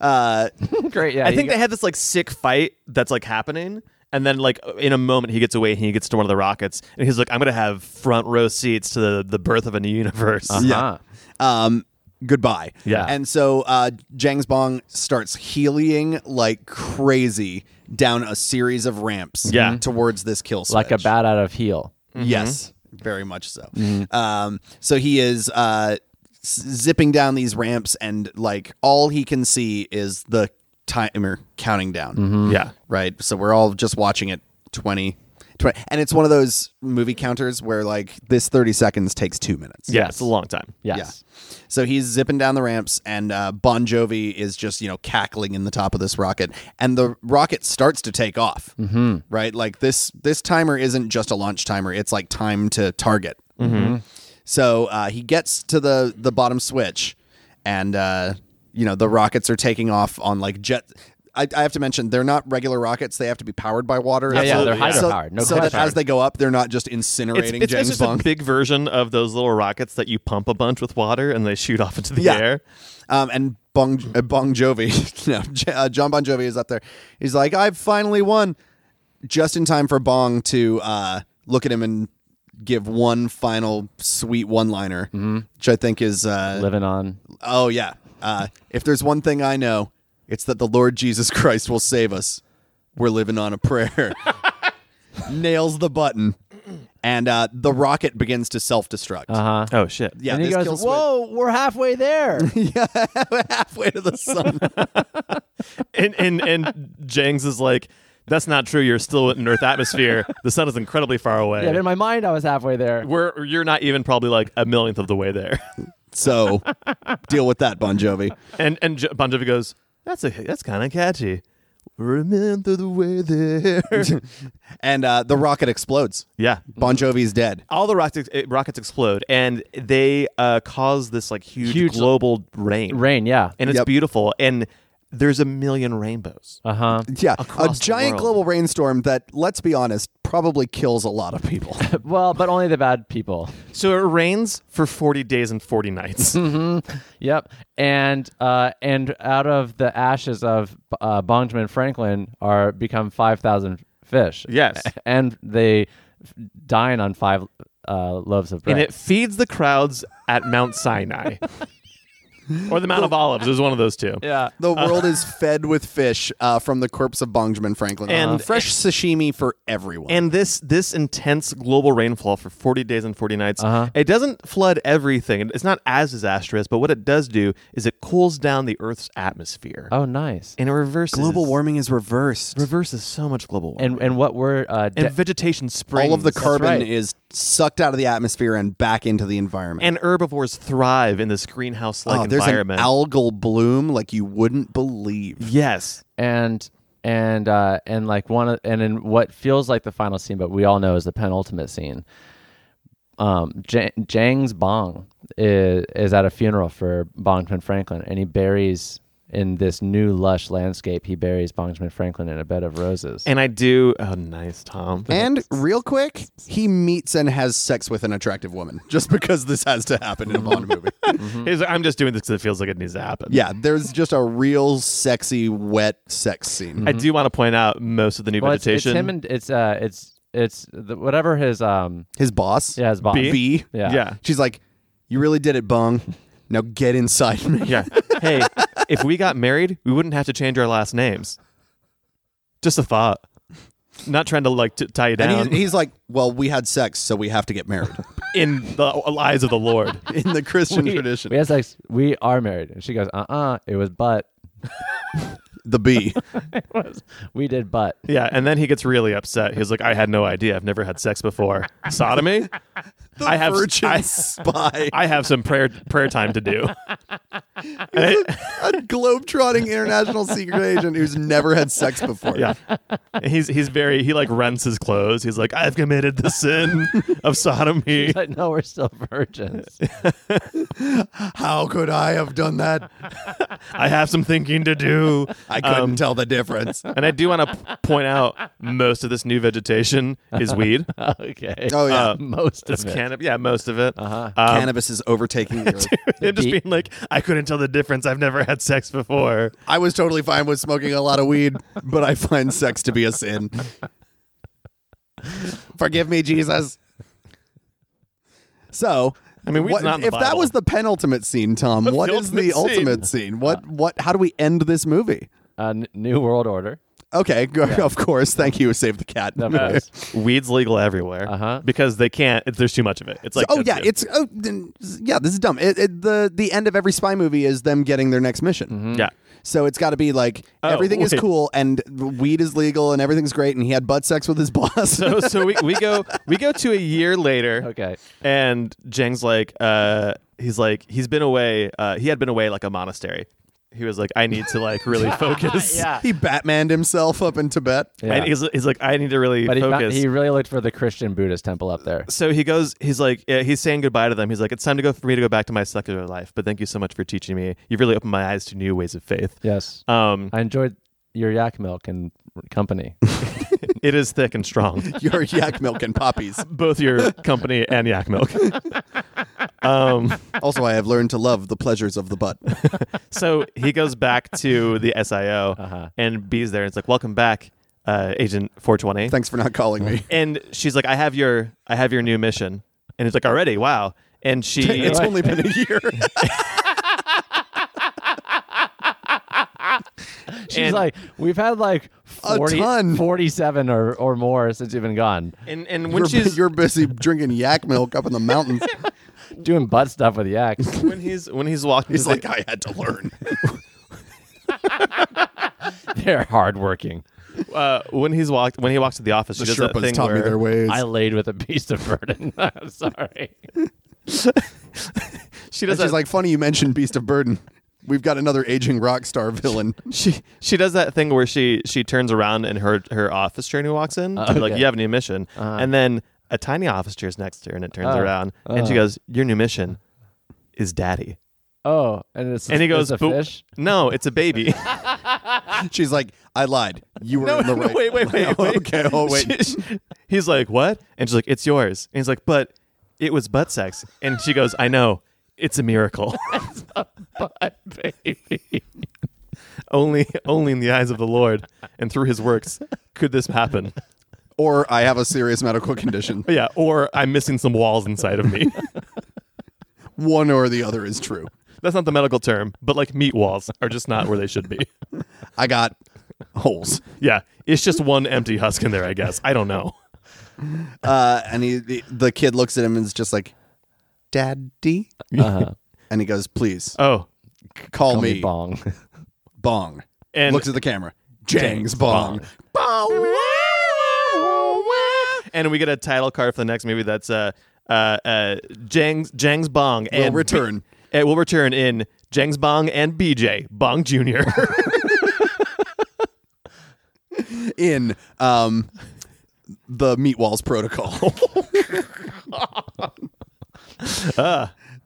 D: uh,
B: great. Yeah,
C: I
B: you
C: think
B: got-
C: they had this like sick fight that's like happening. And then, like uh, in a moment, he gets away. and He gets to one of the rockets, and he's like, "I'm gonna have front row seats to the, the birth of a new universe."
B: Uh-huh.
D: um goodbye
C: Yeah.
D: and so uh jang's bong starts healing like crazy down a series of ramps
C: Yeah.
D: towards this kill switch.
B: like a bat out of heel.
D: Yes, Mm-hmm. very much so. Um, so he is uh, s- zipping down these ramps, and like all he can see is the timer counting down.
C: Yeah,
D: Right. So we're all just watching it 20, 20. And it's one of those movie counters where like this 30 seconds takes two minutes.
C: yeah, it's a long time.
B: Yes.
D: Yeah. So he's zipping down the ramps, and uh, Bon Jovi is just, you know, cackling in the top of this rocket, and the rocket starts to take off. Mm-hmm. Right, like this this timer isn't just a launch timer; it's like time to target. Mm-hmm. So uh, he gets to the the bottom switch, and uh, you know the rockets are taking off on like jet. I, I have to mention they're not regular rockets; they have to be powered by water.
B: Yeah, yeah, they're
D: So-
B: hydropowered, no
D: so that
B: question.
D: as they go up, they're not just
C: It's,
D: incinerating
C: it's, it's
D: James
C: just
D: Bond.
C: a big version of those little rockets that you pump a bunch with water and they shoot off into the
D: Yeah.
C: air.
D: Um, and Bon, uh, bon Jovi. no, J- uh, John Bon Jovi is up there. He's like, I've finally won. Just in time for Bong to uh, look at him and give one final sweet one liner, which I think is, uh,
B: Living on.
D: oh, yeah. Uh, if there's one thing I know, it's that the Lord Jesus Christ will save us. We're living on a prayer. Nails the button. And uh, the rocket begins to self destruct. Uh-huh.
C: Oh shit.
D: Yeah,
B: and he
D: this
B: goes,
D: Killswitch-
B: "Whoa, we're halfway there."
D: halfway to the sun.
C: And and and Jangs is like, that's not true. You're still in Earth atmosphere. The sun is incredibly far away.
B: yeah, in my mind, I was halfway there.
C: We're you're not even probably like a millionth of the way there.
D: So deal with that, Bon Jovi.
C: And and J- Bon Jovi goes, that's a that's kind of catchy. We're a millionth of the way there.
D: And uh, the rocket explodes.
C: yeah.
D: Bon Jovi's dead.
C: All the rockets, eh, rockets explode, and they uh, cause this like huge,
B: Huge-
C: global rain.
B: Rain, yeah.
C: and it's
D: Yep.
C: beautiful. And there's a million rainbows.
B: Uh huh.
D: Yeah,
C: Across
D: a
C: the
D: giant
C: world.
D: global rainstorm that, let's be honest, probably kills a lot of people.
B: Well, but only the bad people.
C: So it rains for 40 days and 40 nights.
B: Yep. And uh, and out of the ashes of uh, Benjamin Franklin are become five thousand fish.
C: Yes.
B: And they f- dine on five uh, loaves of bread.
C: And it feeds the crowds at Mount Sinai. or the Mount of Olives. There's one of those two.
B: yeah.
D: the world is fed with fish uh, from the corpse of Benjamin Franklin.
C: And-
D: Uh, fresh sashimi for everyone.
C: And this this intense global rainfall for 40 days and 40 nights, it doesn't flood everything. It's not as disastrous, but what it does do is it cools down the Earth's atmosphere.
B: Oh, nice.
C: And it reverses
D: global warming is reversed.
C: reverses so much global warming.
B: And and what were uh,
C: And
B: de-
C: vegetation springs.
D: All of the carbon
B: right.
D: is sucked out of the atmosphere and back into the environment.
C: and herbivores thrive in this greenhouse like
D: Oh, there's an
C: environment.
D: algal bloom like you wouldn't believe.
C: yes.
B: and and uh, and like one of, and in what feels like the final scene, but we all know is the penultimate scene. Um, J- Jang's Bong is, is at a funeral for Benjamin Franklin, and he buries in this new lush landscape. He buries Benjamin Franklin in a bed of roses.
C: And I do. Oh, nice, Tom.
D: And real quick, he meets and has sex with an attractive woman just because this has to happen in a Bond movie.
C: He's like, I'm just doing this because it feels like it needs to happen.
D: Mm-hmm. Yeah, there's just a real sexy, wet sex scene.
C: I do want to point out most of the new
B: well, it's, it's
C: vegetation.
B: him and it's uh, it's it's the, whatever his um,
D: His boss,
B: yeah, his boss.
C: Bee?
D: B,
B: Yeah.
C: yeah.
D: she's like, You really did it, Bung. Now get inside me.
C: Yeah. hey, if we got married, we wouldn't have to change our last names. Just a thought. Not trying to like t- tie you down
D: And he's, he's like, Well, we had sex, so we have to get married
C: in the eyes of the Lord.
D: in the Christian
B: We-
D: tradition.
B: We had sex. We are married. And she goes, uh uh it was but.
D: the B.
B: We did but.
C: Yeah. And then he gets really upset. He's like, I had no idea. I've never had sex before. Sodomy? I have
D: Virgin
C: I,
D: spy.
C: I have some prayer prayer time to do.
D: a globetrotting international secret agent who's never had sex before.
C: Yeah. He's he's very he like rents his clothes. He's like, I've committed the sin of sodomy.
B: But no, we're still virgins.
D: How could I have done that?
C: I have some thinking to do.
D: I couldn't
C: Um,
D: tell the difference.
C: and I do want to point out most of this new vegetation is weed.
B: okay.
D: Oh yeah.
C: Uh,
B: Most
C: It's
B: of it.
C: cannabis. Yeah, most of it. Uh-huh.
D: Cannabis is overtaking the earth.
C: just being like, I couldn't tell the difference. I've never had sex before.
D: I was totally fine with smoking a lot of weed, but I find sex to be a sin. Forgive me, Jesus. So, I
C: mean, weed's not in the
D: if that
C: Bible.
D: was the penultimate scene, Tom,
C: What's
D: what
C: the
D: is the
C: ultimate scene? Uh.
D: ultimate scene? What what how do we end this movie?
B: Uh, n- New World Order.
D: Okay, go, of course. Thank you, Save the Cat.
B: Of course.
C: Weed's legal everywhere
B: Uh-huh.
C: because they can't. It, there's too much of it. It's like,
D: oh yeah,
C: it's
D: it's oh, then- yeah. This is dumb. It, it, the the end of every spy movie is them getting their next mission.
C: yeah.
D: So it's got to be like
C: Oh,
D: everything is
C: wait.
D: cool and weed is legal and everything's great and he had butt sex with his boss.
C: So so we, we go we go to a year later.
B: Okay.
C: And Jeng's like, uh, he's like, he's been away. Uh, he had been away like a monastery. He was like, I need to like really focus.
B: Yeah.
D: he Batmaned himself up in Tibet.
B: Yeah.
C: And he's, he's like, I need to really
B: But he, found,
C: focus.
B: he really looked for the Christian Buddhist temple up there.
C: so he goes he's like yeah, he's saying goodbye to them he's like it's time to go for me to go back to my secular life but thank you so much for teaching me you've really opened my eyes to new ways of faith
B: Yes.
C: um
B: I enjoyed your yak milk and company.
C: it is thick and strong
D: Your yak milk and poppies.
C: both your company and yak milk
D: also, I have learned to love the pleasures of the butt.
C: So he goes back to the SIO
B: Uh-huh.
C: and B's there. And it's like, welcome back, uh, Agent 420.
D: Thanks for not calling me.
C: and she's like, I have your, I have your new mission. And it's like, already, wow. And she,
D: It's only been a year.
B: She's
C: And-
B: like, we've had like
D: A
B: 40,
D: ton.
B: 47 or, or more since you've been gone,
C: and, and when
D: You're, bu-
C: she's,
D: you're busy drinking yak milk up in the mountains.
B: doing butt stuff with yaks.
C: when he's, when he's walking,
D: He's
C: to the-
D: like, I had to learn.
B: They're hardworking.
C: uh, when he's walked, when he walks to the office,
D: The
C: she does that
D: Sherpas
C: thing
D: taught me
C: where-
D: their ways.
B: I laid with a beast of burden. I'm sorry.
C: she
D: And
C: does
D: she's
C: that-
D: like, funny you mentioned Beast of Burden. We've got another aging rock star villain.
C: she she does that thing where she she turns around and her her office chair walks in to be like
B: okay.
C: you have a new mission
D: Uh-huh.
C: and then a tiny office chair is next to her and it turns
B: Oh.
C: around and she
D: Uh-huh.
C: goes your new mission is daddy
B: Oh, and it's
C: and he goes
B: it's a
C: "But-
B: fish.
C: no it's a baby
D: She's like, I lied. You were in the right.
C: wait wait wait wait
D: Okay, oh, wait.
C: She- she- he's like what and she's like it's yours and he's like but it was butt sex and she goes I know it's a miracle
B: But baby,
C: only only in the eyes of the Lord and through His works could this happen
D: Or I have a serious medical condition.
C: yeah or I'm missing some walls inside of me.
D: One or the other is true.
C: That's not the medical term, but like meat walls are just not where they should be.
D: I got holes.
C: Yeah, it's just one empty husk in there, I guess. I don't know.
D: Uh, and he, the, the kid looks at him and is just like, Daddy? And he goes, Please,
C: Oh,
D: call,
B: Uh-huh. Call
D: me,
B: me bong.
D: Bong.
C: And-
D: looks at the camera. Jangs Bong.
C: and we get a title card for the next movie that's uh uh uh Jang's Jang's Bong and
D: return.
C: B- it will Eh, return in Jang's Bong and BJ Bong Jr.
D: in um, the Meatwalls protocol.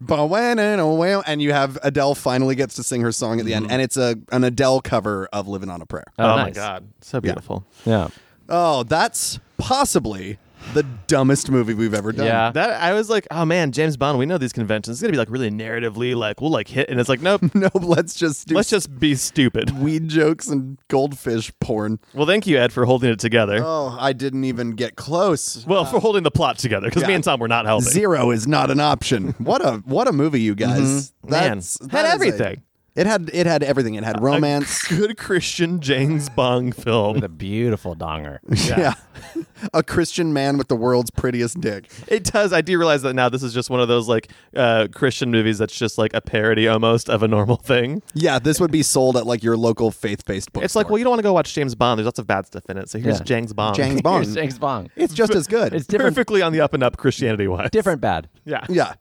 D: Ba- wa- na- na- wa- And you have Adele finally gets to sing her song at the end, and it's a an Adele cover of "Living on a Prayer."
C: oh my
B: nice.
C: god, so beautiful.
B: Yeah.
D: Oh, that's possibly the dumbest movie we've ever done.
B: Yeah.
C: That I was like, oh man, James Bond. We know these conventions. It's gonna be like really narratively, like we'll like hit, and it's like, nope.
D: No, let's just do
C: let's just be stupid.
D: weed jokes and goldfish porn.
C: Well, thank you, Ed, for holding it together.
D: Oh, I didn't even get close.
C: Well, for holding the plot together, because me and Tom were not helping.
D: Zero is not an option. What a what a movie, you guys!
C: Mm-hmm. Had
D: is a-
C: everything.
D: it had it had everything. It had romance.
C: Good Christian James Bong film.
B: The beautiful donger.
D: yeah. a Christian man with the world's prettiest dick.
C: It does. I do realize that now. This is just one of those like uh, Christian movies that's just like a parody almost of a normal thing.
D: Yeah, this would be sold at like your local faith-based book.
C: It's like, well, you don't want to go watch James Bond. There's lots of bad stuff in it. So here's
B: Yeah.
C: James Bong.
D: James Bond.
B: Here's James Bong.
D: It's just as good.
B: It's different.
C: Perfectly on the up and up Christianity wise.
B: Different bad.
C: Yeah.
D: yeah.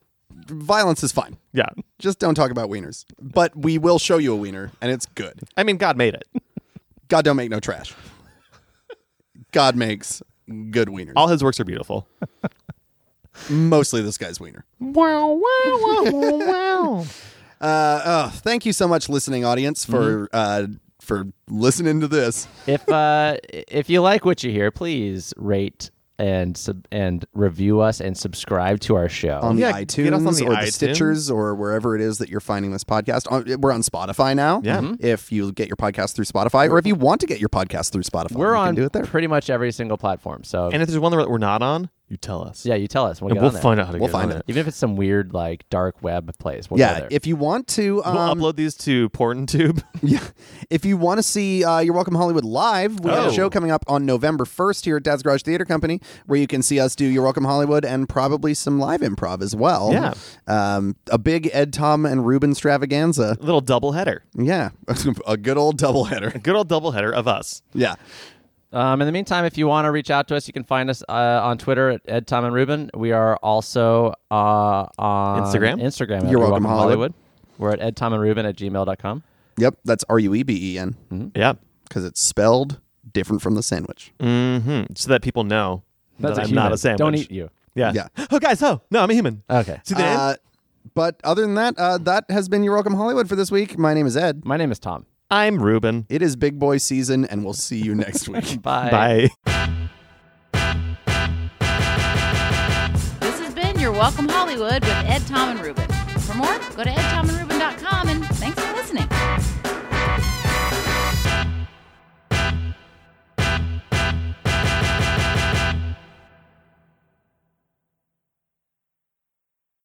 D: Violence is fine.
C: Yeah.
D: Just don't talk about wieners. But we will show you a wiener and it's good.
C: I mean, God made it.
D: God don't make no trash. God makes good wieners.
C: All his works are beautiful.
D: Mostly this guy's wiener.
C: wow, wow, wow, wow.
D: Uh, oh, thank you so much listening audience
C: Mm-hmm.
D: for uh, for listening to this.
B: if uh if you like what you hear, please rate and sub- and review us and subscribe to our show.
D: on
C: Oh, Yeah,
D: the iTunes
C: get us on the
D: or
C: iTunes.
D: the Stitchers or wherever it is that you're finding this podcast. Uh, We're on Spotify now.
C: Yeah. Mhm.
D: If you get your podcast through Spotify, or if you want to get your podcast through Spotify,
B: We're
D: you
B: on
D: Can do it there.
B: pretty much every single platform. So
C: And if there's one that we're not on, you tell us.
B: yeah, you tell us. We'll,
C: And
B: get
C: we'll
B: on there.
C: find out how to
D: We'll
C: get
D: find
C: on
D: it.
B: Even if it's some weird like dark web place. We'll go
D: Yeah.
B: there.
D: If you want to,
C: We'll
D: um,
C: upload these to PortonTube.
D: yeah, if you want to see uh, You're Welcome Hollywood live, we have
C: Oh.
D: a show coming up on November 1st here at Dad's Garage Theater Company, where you can see us do You're Welcome Hollywood and probably some live improv as well.
C: Yeah.
D: Um, a big Ed, Tom, and Ruben stravaganza.
C: Little double header.
D: Yeah. a good old doubleheader.
C: Good old double header of us.
D: Yeah.
B: Um, in the meantime, if you want to reach out to us, you can find us uh, on Twitter at Ed, Tom, and Ruben. We are also uh, on
C: Instagram?
B: Instagram. at
D: You're welcome, Hollywood.
B: We're at Ed, Tom, and Ruben at gmail.com.
D: Yep. That's R U E B E N.
C: Yeah.
D: because it's spelled different from the sandwich.
C: Mm-hmm. So that people know
B: That's a
C: that I'm
B: human.
C: not a sandwich.
B: Don't eat you.
C: Yeah.
D: Yeah.
C: Oh, guys. Oh, no, I'm a human.
B: Okay.
C: See the end?
D: Uh, but other than that, uh, that has been your welcome Hollywood for this week. My name is Ed.
B: My name is Tom.
C: I'm Ruben.
D: It is big boy season, and we'll see you next week.
B: Bye.
C: Bye.
A: This has been Your Welcome Hollywood with Ed, Tom, and Ruben. For more, go to edtomandruben.com and